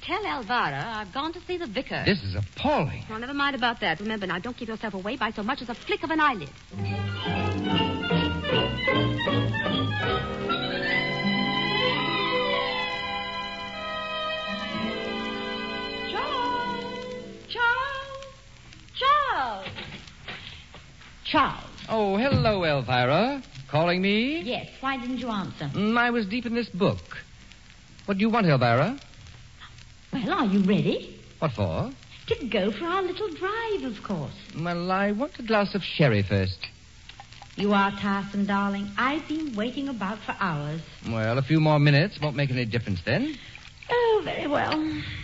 S4: tell Elvira I've gone to see the vicar.
S3: This is appalling.
S4: Oh, never mind about that. Remember now, don't give yourself away by so much as a flick of an eyelid.
S6: Charles! Charles! Charles!
S12: Charles.
S3: Oh, hello, Elvira. Calling me?
S12: Yes, why didn't you answer?
S3: Mm, I was deep in this book. What do you want, Elvira?
S12: Well, are you ready?
S3: What for?
S12: To go for our little drive, of course.
S3: Well, I want a glass of sherry first.
S12: You are tiresome, darling. I've been waiting about for hours.
S3: Well, a few more minutes won't make any difference then.
S12: Oh, very well.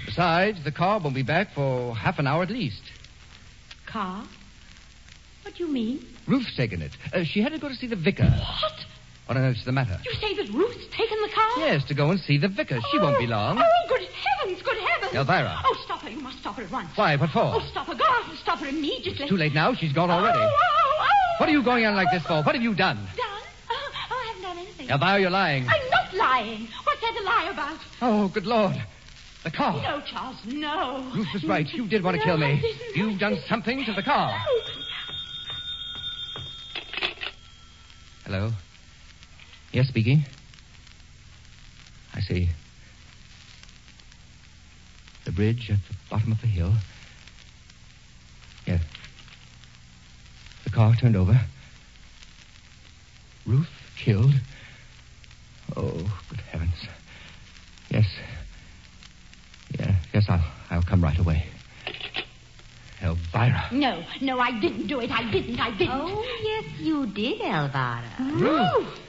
S3: Besides, the car won't be back for half an hour at least.
S12: Car? What do you mean?
S3: Ruth's taken it. Uh, she had to go to see the vicar.
S12: What?
S3: What on earth's the matter?
S6: You say that Ruth's taken the car?
S3: Yes, to go and see the vicar. She won't be long.
S6: Oh, good heavens, good heavens.
S3: Elvira.
S6: Oh, stop her. You must stop her at once.
S3: Why, what for?
S6: Oh, stop her. Go out and stop her immediately.
S3: Too late now. She's gone already.
S6: Oh, oh, oh.
S3: What are you going on like this for? What have you done?
S6: Done? Oh, oh, I haven't done anything.
S3: Elvira, you're lying.
S6: I'm not lying. What's there to lie about?
S3: Oh, good Lord. The car.
S6: No, Charles, no.
S3: Ruth was right. You did want to
S6: No,
S3: kill me.
S6: I didn't.
S3: You've done something to the car. Hello? Yes, speaking. I see. The bridge at the bottom of the hill. Yes. The car turned over. Ruth killed. Oh, good heavens. Yes. Yeah, yes, I'll, I'll come right away. Elvira.
S12: No, no, I didn't do it. I didn't. I didn't.
S5: Oh, yes, you did, Elvira.
S12: Ruth.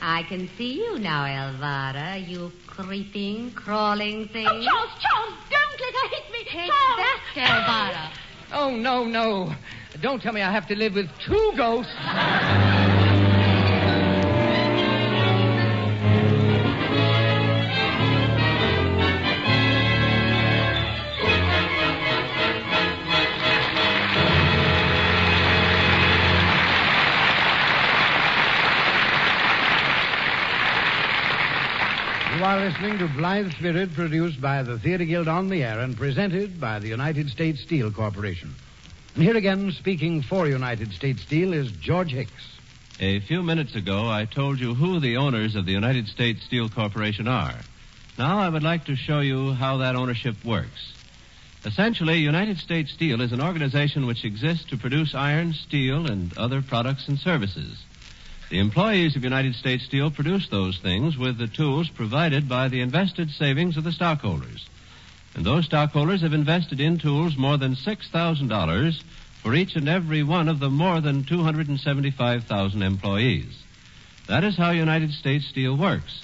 S5: I can see you now, Elvira. You creeping, crawling thing.
S6: Oh, Charles, Charles, don't let her hit me.
S5: Take
S6: Charles.
S5: that, Elvira.
S3: Oh, no, no. Don't tell me I have to live with two ghosts.
S1: You are listening to Blythe Spirit, produced by the Theatre Guild on the Air and presented by the United States Steel Corporation. And here again, speaking for United States Steel, is George Hicks.
S13: A few minutes ago, I told you who the owners of the United States Steel Corporation are. Now, I would like to show you how that ownership works. Essentially, United States Steel is an organization which exists to produce iron, steel, and other products and services. The employees of United States Steel produce those things with the tools provided by the invested savings of the stockholders. And those stockholders have invested in tools more than $6,000 for each and every one of the more than 275,000 employees. That is how United States Steel works.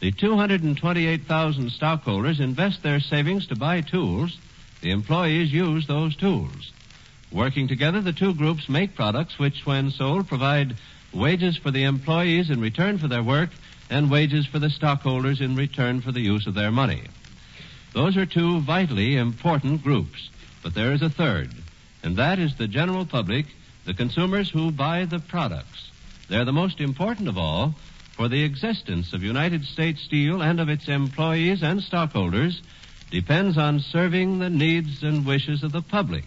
S13: The 228,000 stockholders invest their savings to buy tools. The employees use those tools. Working together, the two groups make products which, when sold, provide wages for the employees in return for their work and wages for the stockholders in return for the use of their money. Those are two vitally important groups, but there is a third and that is the general public, the consumers who buy the products. They're the most important of all, for the existence of United States Steel and of its employees and stockholders depends on serving the needs and wishes of the public.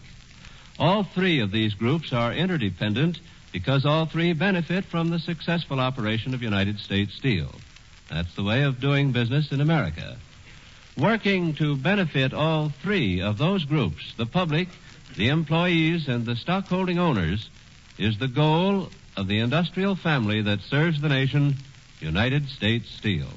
S13: All three of these groups are interdependent because all three benefit from the successful operation of United States Steel. That's the way of doing business in America. Working to benefit all three of those groups, the public, the employees and the stockholding owners is the goal of the industrial family that serves the nation, United States Steel.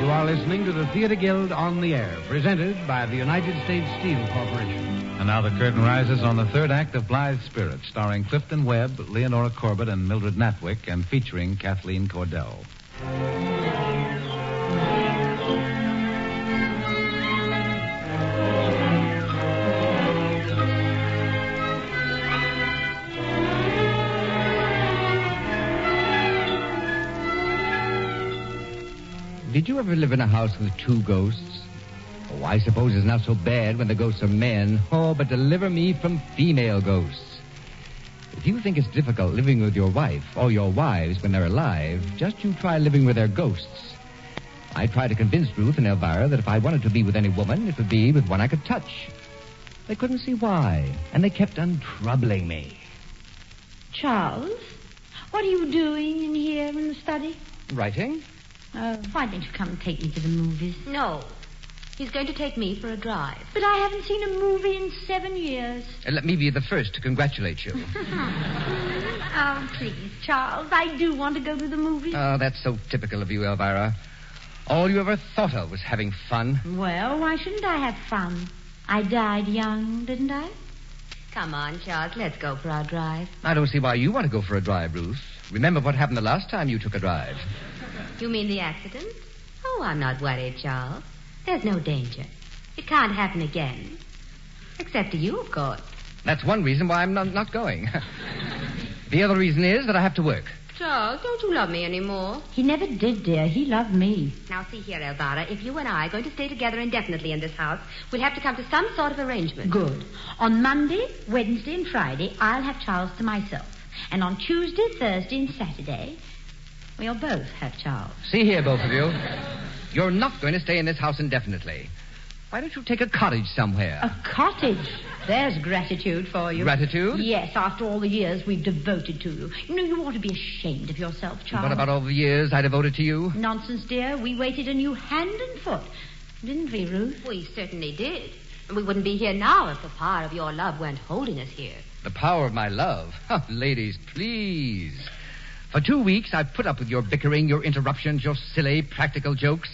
S1: You are listening to the Theatre Guild on the Air, presented by the United States Steel Corporation.
S2: And now the curtain rises on the third act of Blythe Spirit, starring Clifton Webb, Leonora Corbett, and Mildred Natwick, and featuring Kathleen Cordell.
S3: Did you ever live in a house with two ghosts? Oh, I suppose it's not so bad when the ghosts are men. Oh, but deliver me from female ghosts. If you think it's difficult living with your wife or your wives when they're alive, just you try living with their ghosts. I tried to convince Ruth and Elvira that if I wanted to be with any woman, it would be with one I could touch. They couldn't see why, and they kept on troubling me.
S12: Charles, what are you doing in here in the study?
S3: Writing?
S12: Oh, why don't you come and take me to the movies?
S5: No. He's going to take me for a drive.
S12: But I haven't seen a movie in seven
S3: *laughs*
S12: years.
S3: Uh, Let me be the first to congratulate you.
S12: *laughs* oh, please, Charles, I do want to go to the movies.
S3: oh, that's so typical of you, Elvira. All you ever thought of was having fun.
S12: well, why shouldn't I have fun? I died young, didn't I?
S5: Come on, Charles, let's go for our drive.
S3: I don't see why you want to go for a drive, Ruth. Remember what happened the last time you took a drive.
S5: You mean the accident? Oh, I'm not worried, Charles. There's no danger. It can't happen again. Except to you,
S12: Oh,
S5: of course.
S3: That's one reason why I'm not, not going. *laughs* the other reason is that I have to work.
S5: Charles, don't you love me anymore?
S12: He never did, dear. He loved me.
S5: Now, see here, Elvira, if you and I are going to stay together indefinitely in this house, we'll have to come to some sort of arrangement.
S12: Good. On Monday, Wednesday, and Friday, I'll have Charles to myself. And on Tuesday, Thursday, and Saturday, we'll both have Charles.
S3: See here, both of you. You're not going to stay in this house indefinitely. Why don't you take a cottage somewhere?
S12: A cottage. There's gratitude for you.
S3: Gratitude?
S12: Yes, after all the years we've devoted to you. You know, you ought to be ashamed of yourself, Charles.
S3: What about all the years I devoted to you?
S12: Nonsense, dear. We waited on you hand and foot. Didn't we, Ruth?
S5: We certainly did. And we wouldn't be here now if the power of your love weren't holding us here.
S3: The power of my love. *laughs* Huh, ladies, please. For two weeks, I've put up with your bickering, your interruptions, your silly practical jokes.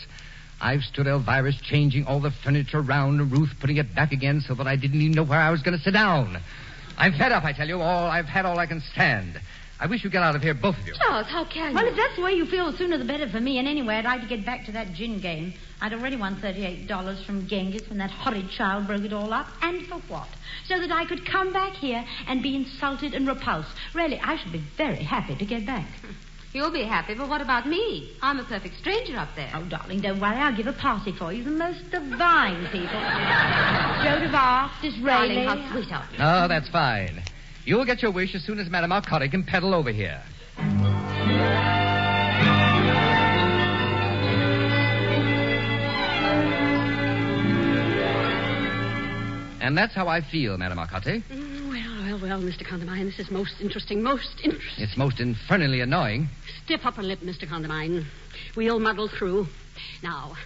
S3: I've stood Elvira's changing all the furniture round, and Ruth putting it back again so that I didn't even know where I was going to sit down. I'm fed up, I tell you. All I've had, all I can stand. I wish you'd get out of here, both of you.
S5: Charles, how can
S12: Well, if that's the way you feel, the sooner the better for me. And anyway, I'd like to get back to that gin game. I'd already won $38 from Genghis when that horrid child broke it all up. And for what? So that I could come back here and be insulted and repulsed. Really, I should be very happy to get back.
S5: *laughs* You'll be happy, but what about me? I'm a perfect stranger up there.
S12: Oh, darling, don't worry. I'll give a party for you. The most divine people. *laughs*
S5: *laughs*
S12: Joan of Arc, Disraeli.
S5: Darling, how sweet of you.
S3: Oh, that's fine. You'll get your wish as soon as Madame Alcotti can pedal over here. And that's how I feel, Madame Alcotti.
S8: Mm, Well, well, well, Mr. Condamine, this is most interesting, most interesting.
S3: It's most infernally annoying.
S8: Stiff upper lip, Mr. Condamine. We'll muddle through. Now,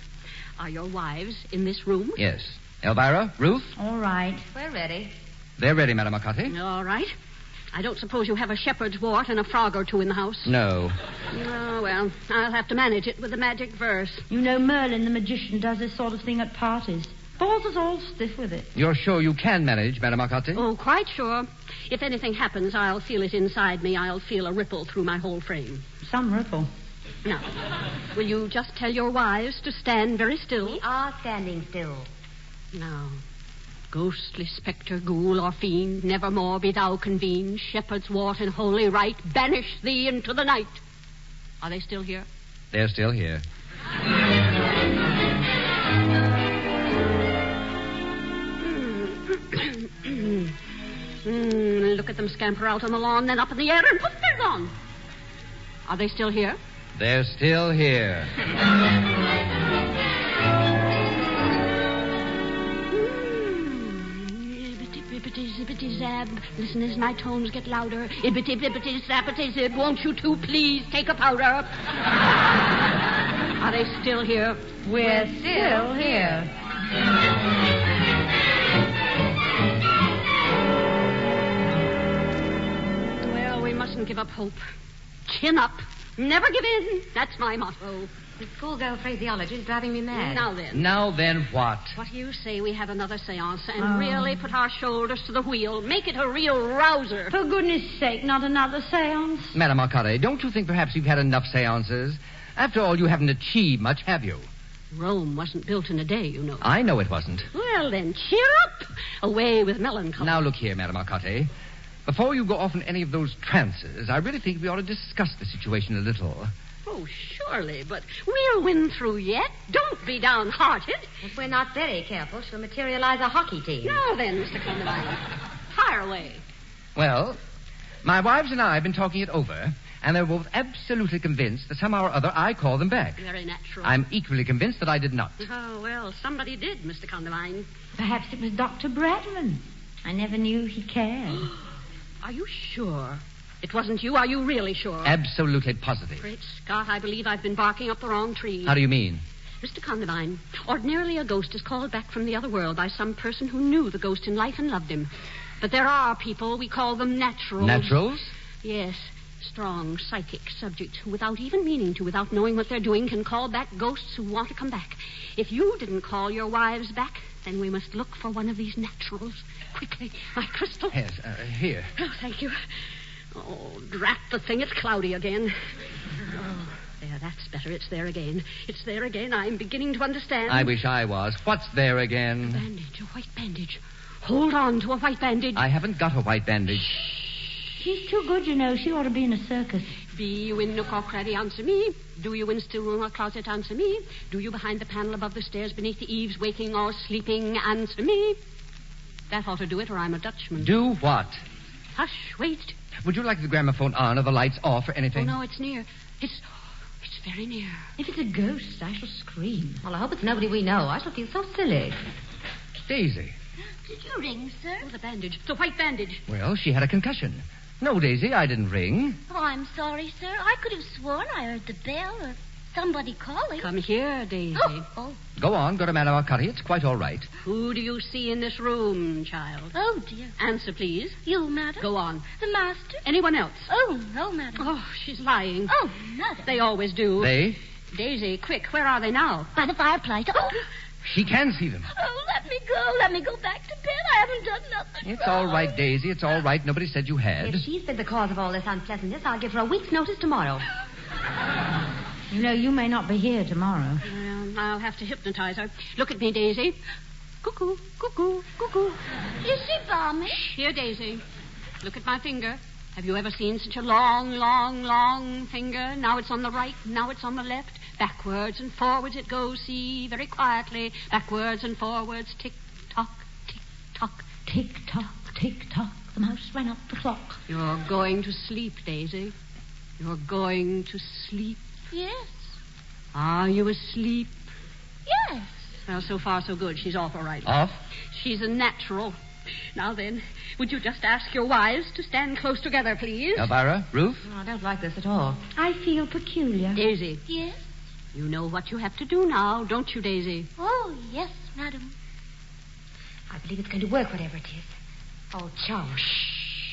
S8: are your wives in this room?
S3: Yes. Elvira, Ruth,
S12: All right.
S5: We're ready.
S3: they're ready, Madame Alcotti.
S8: All right. I don't suppose you have a shepherd's wart and a frog or two in the house.
S3: No.
S8: Oh, well, I'll have to manage it with the magic verse.
S12: You know, Merlin the magician does this sort of thing at parties. Balls us all stiff with it.
S3: You're sure you can manage, Madame Alcotti?
S8: Oh, quite sure. If anything happens, I'll feel it inside me. I'll feel a ripple through my whole frame.
S12: Some ripple.
S8: Now, will you just tell your wives to stand very still?
S5: We are standing still.
S8: Now, ghostly spectre, ghoul, or fiend, nevermore be thou convened, shepherd's wart and holy rite, banish thee into the night. Are they
S5: *coughs*
S8: still here?
S3: They're still here.
S8: Mm, Hmm, look at them scamper out on the lawn, then up in the air, and poof, they're gone. Are they still here?
S3: They're still here.
S8: Zippity zippity zab. Listen as my tones get louder. Ibbity bibbity zappity zib. Won't you two please take a powder?
S5: *laughs*
S8: Are they still here?
S12: We're
S5: still
S12: here.
S8: Well, we mustn't give up hope. Chin up. Never give in. That's my motto.
S5: The schoolgirl phraseology is driving me mad.
S8: Now then.
S3: Now then, what?
S8: What do you say we have another seance and
S12: Oh.
S8: really put our shoulders to the wheel? Make it a real rouser.
S12: For goodness sake, not another seance.
S3: Madame Alcotti, don't you think perhaps you've had enough seances? After all, you haven't achieved much, have you?
S8: Rome wasn't built in a day, you know.
S3: I know it wasn't.
S8: Well, then, cheer up. Away with melancholy.
S3: Now, look here, Madame Alcotti. Before you go off in any of those trances, I really think we ought to discuss the situation a little.
S8: Oh, surely, but we'll win through yet. Don't be downhearted.
S5: If we're not very careful, she'll materialize a hockey team.
S8: Now then, Mr. Condamine, fire away.
S3: Well, my wives and I have been talking it over, and they're both absolutely convinced that somehow or other I called them back.
S8: Very natural.
S3: I'm equally convinced that I did not.
S8: Oh, well, somebody did, Mr. Condamine.
S12: Perhaps it was Dr. Bradman. I never knew he cared.
S8: *gasps* Are you sure? It wasn't you. Are you really sure?
S3: Absolutely positive.
S8: Great Scott, I believe I've been barking up the wrong tree.
S3: How do you mean?
S8: Mr. Condamine, ordinarily a ghost is called back from the other world by some person who knew the ghost in life and loved him. But there are people, we call them naturals.
S3: Naturals?
S8: Yes. Strong, psychic subjects who, without even meaning to, without knowing what they're doing, can call back ghosts who want to come back. If you didn't call your wives back, then we must look for one of these naturals. Quickly, my crystal.
S3: Yes, uh, here.
S8: Oh, thank you. Oh, drat the thing. It's cloudy again. Oh, there, that's better. It's there again. It's there again. I'm beginning to understand.
S3: I wish I was. What's there again?
S8: Bandage, a white bandage. Hold on to a white bandage.
S3: I haven't got a white bandage.
S12: She's too good, you know. She ought to be in a circus.
S8: Be you in nook or cranny, answer me. Do you in still room or closet, answer me. Do you behind the panel above the stairs, beneath the eaves, waking or sleeping, answer me. That ought to do it, or I'm a Dutchman.
S3: Do what?
S8: Hush, wait.
S3: Would you like the gramophone on or the lights off or
S8: Oh,
S3: anything?
S8: no, it's near. It's, it's very near.
S5: If it's a ghost, I shall scream. Well, I hope it's nobody we know. I shall feel so silly.
S3: Daisy.
S6: Did you ring, sir?
S8: Oh, the bandage. The white bandage.
S3: Well, she had a concussion. No, Daisy, I didn't ring.
S6: Oh, I'm sorry, sir. I could have sworn I heard the bell or somebody calling.
S8: Come here, Daisy.
S6: Oh, oh,
S3: Go on, go to Madame Arcati. It's quite all right.
S8: Who do you see in this room, child?
S6: oh, dear.
S8: Answer, please.
S6: You, madam?
S8: Go on.
S6: The master?
S8: Anyone else?
S6: Oh, no, madam.
S8: Oh, she's lying.
S6: Oh, madam.
S8: They always do.
S3: They?
S8: Daisy, quick, where are they now?
S6: By the fireplace. Oh,
S3: She can see them.
S6: oh, let me go. Let me go back to bed. I haven't done nothing
S3: It's
S6: wrong.
S3: all right, Daisy. It's all right. Nobody said you had.
S5: If she's been the cause of all this unpleasantness, I'll give her a week's notice tomorrow.
S12: You know, you may not be here tomorrow.
S8: Well, Um, I'll have to hypnotize her. Look at me, Daisy. Cuckoo, cuckoo, cuckoo.
S6: Is she balmy?
S8: Here, Daisy. Look at my finger. Have you ever seen such a long, long, long finger? Now it's on the right, now it's on the left. Backwards and forwards it goes, see, very quietly. Backwards and forwards, tick tock, tick tock.
S12: Tick tock, tick tock. The mouse ran up the clock.
S8: You're going to sleep, Daisy. You're going to sleep.
S6: Yes.
S8: Are you asleep?
S6: Yes.
S8: Well, so far, so good. She's off all right.
S3: Off?
S8: She's a natural. Now then, would you just ask your wives to stand close together, please?
S3: Elvira? Ruth?
S5: Oh, I don't like this at all.
S12: I feel peculiar.
S8: Daisy,
S6: Yes.
S8: you know what you have to do now, don't you, Daisy?
S6: Oh, yes, madam.
S5: I believe it's going to work, whatever it is. Oh, Charles.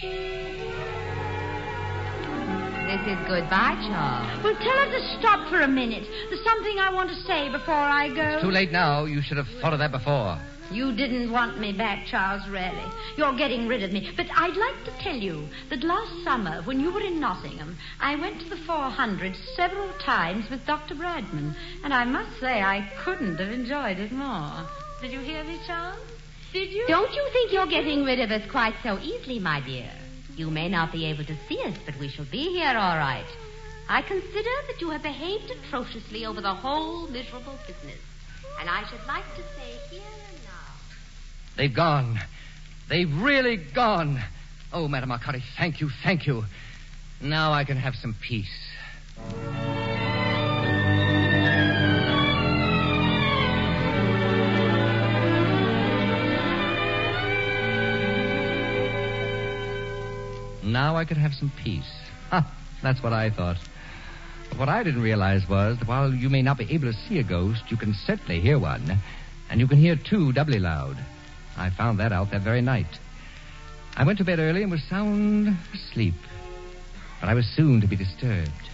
S5: This is goodbye, Charles.
S12: Well, tell her to stop for a minute. There's something I want to say before I go.
S3: Too late now. You should have thought of that before.
S12: You didn't want me back, Charles Raleigh. You're getting rid of me. But I'd like to tell you that last summer, when you were in Nottingham, I went to the 400 several times with Dr. Bradman. And I must say, I couldn't have enjoyed it more. Did you hear me, Charles? Did you?
S5: Don't you think you're getting rid of us quite so easily, my dear? You may not be able to see us, but we shall be here all right. I consider that you have behaved atrociously over the whole miserable business. And I should like to say here and now.
S3: They've gone. They've really gone. Oh, Madame Arcati, thank you, thank you. Now I can have some peace. Now I could have some peace. Ha, that's what I thought. But what I didn't realize was that while you may not be able to see a ghost, you can certainly hear one. And you can hear two doubly loud. I found that out that very night. I went to bed early and was sound asleep. But I was soon to be disturbed.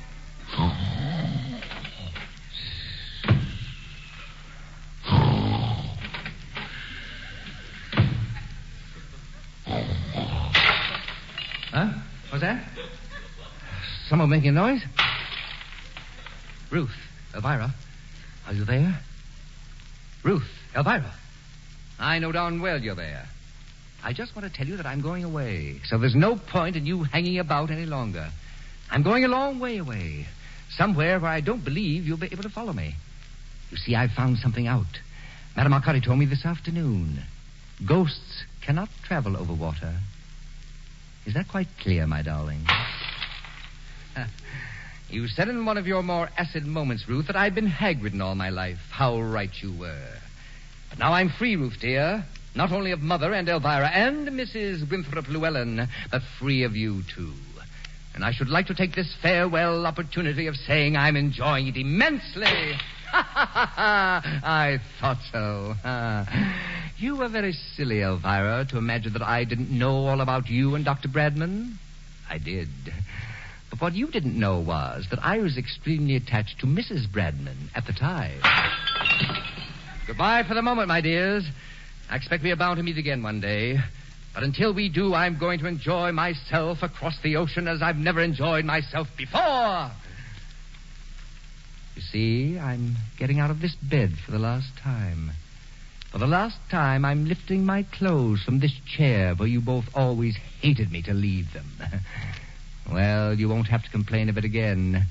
S3: Huh? What's that? Someone making a noise? Ruth, Elvira, are you there? Ruth, Elvira. I know darn well you're there. I just want to tell you that I'm going away, so there's no point in you hanging about any longer. I'm going a long way away. somewhere where I don't believe you'll be able to follow me. You see, I've found something out. Madame Arcati told me this afternoon. Ghosts cannot travel over water. Is that quite clear, my darling? Ah, you said in one of your more acid moments, Ruth, that I'd been hag-ridden all my life. How right you were. But now I'm free, Ruth, dear. Not only of Mother and Elvira and Mrs. Winthrop Llewellyn, but free of you, too. And I should like to take this farewell opportunity of saying I'm enjoying it immensely. *laughs*
S6: *laughs*
S3: I thought so. *laughs* Ah. you were very silly, Elvira, to imagine that I didn't know all about you and Dr. Bradman. I did. But what you didn't know was that I was extremely attached to Mrs. Bradman at the time. Goodbye for the moment, my dears. I expect we are bound to meet again one day. But until we do, I'm going to enjoy myself across the ocean as I've never enjoyed myself before. You see, I'm getting out of this bed for the last time. For the last time, I'm lifting my clothes from this chair where you both always hated me to leave them. *laughs* well, you won't have to complain of it again.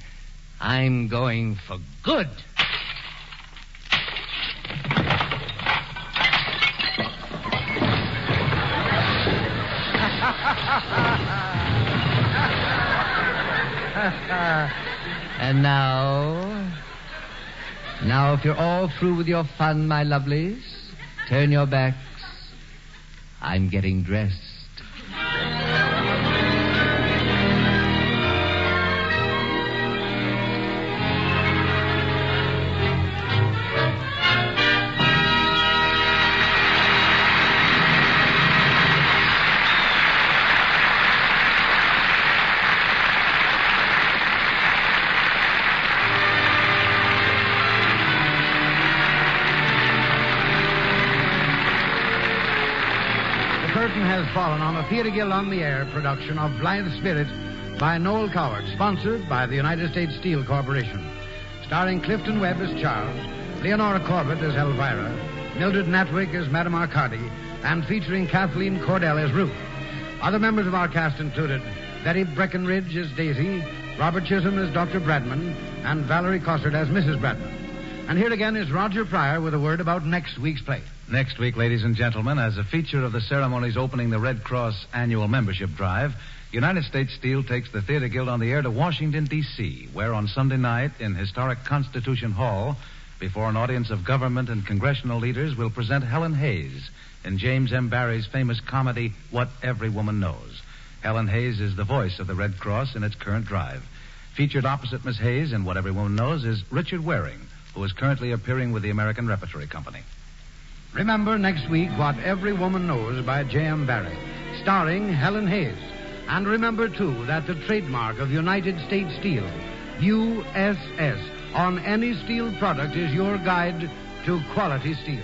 S3: I'm going for good. *laughs* *laughs* and now. Now, if you're all through with your fun, my lovelies, turn your backs. I'm getting dressed.
S1: The curtain has fallen on a Theatre Guild on the Air production of Blythe Spirit by Noel Coward, sponsored by the United States Steel Corporation. Starring Clifton Webb as Charles, Leonora Corbett as Elvira, Mildred Natwick as Madame Arcadi, and featuring Kathleen Cordell as Ruth. Other members of our cast included Betty Breckenridge as Daisy, Robert Chisholm as Dr. Bradman, and Valerie Cossard as Mrs. Bradman. And here again is Roger Pryor with a word about next week's play.
S2: Next week, ladies and gentlemen, as a feature of the ceremonies opening the Red Cross annual membership drive, United States Steel takes the Theater Guild on the air to Washington, D.C., where on Sunday night in historic Constitution Hall, before an audience of government and congressional leaders, will present Helen Hayes in James M. Barrie's famous comedy, What Every Woman Knows. Helen Hayes is the voice of the Red Cross in its current drive. Featured opposite Miss Hayes in What Every Woman Knows is Richard Waring, who is currently appearing with the American Repertory Company.
S1: Remember next week What Every Woman Knows by J.M. Barrie, starring Helen Hayes. And remember, too, that the trademark of United States Steel, USS, on any steel product is your guide to quality steel.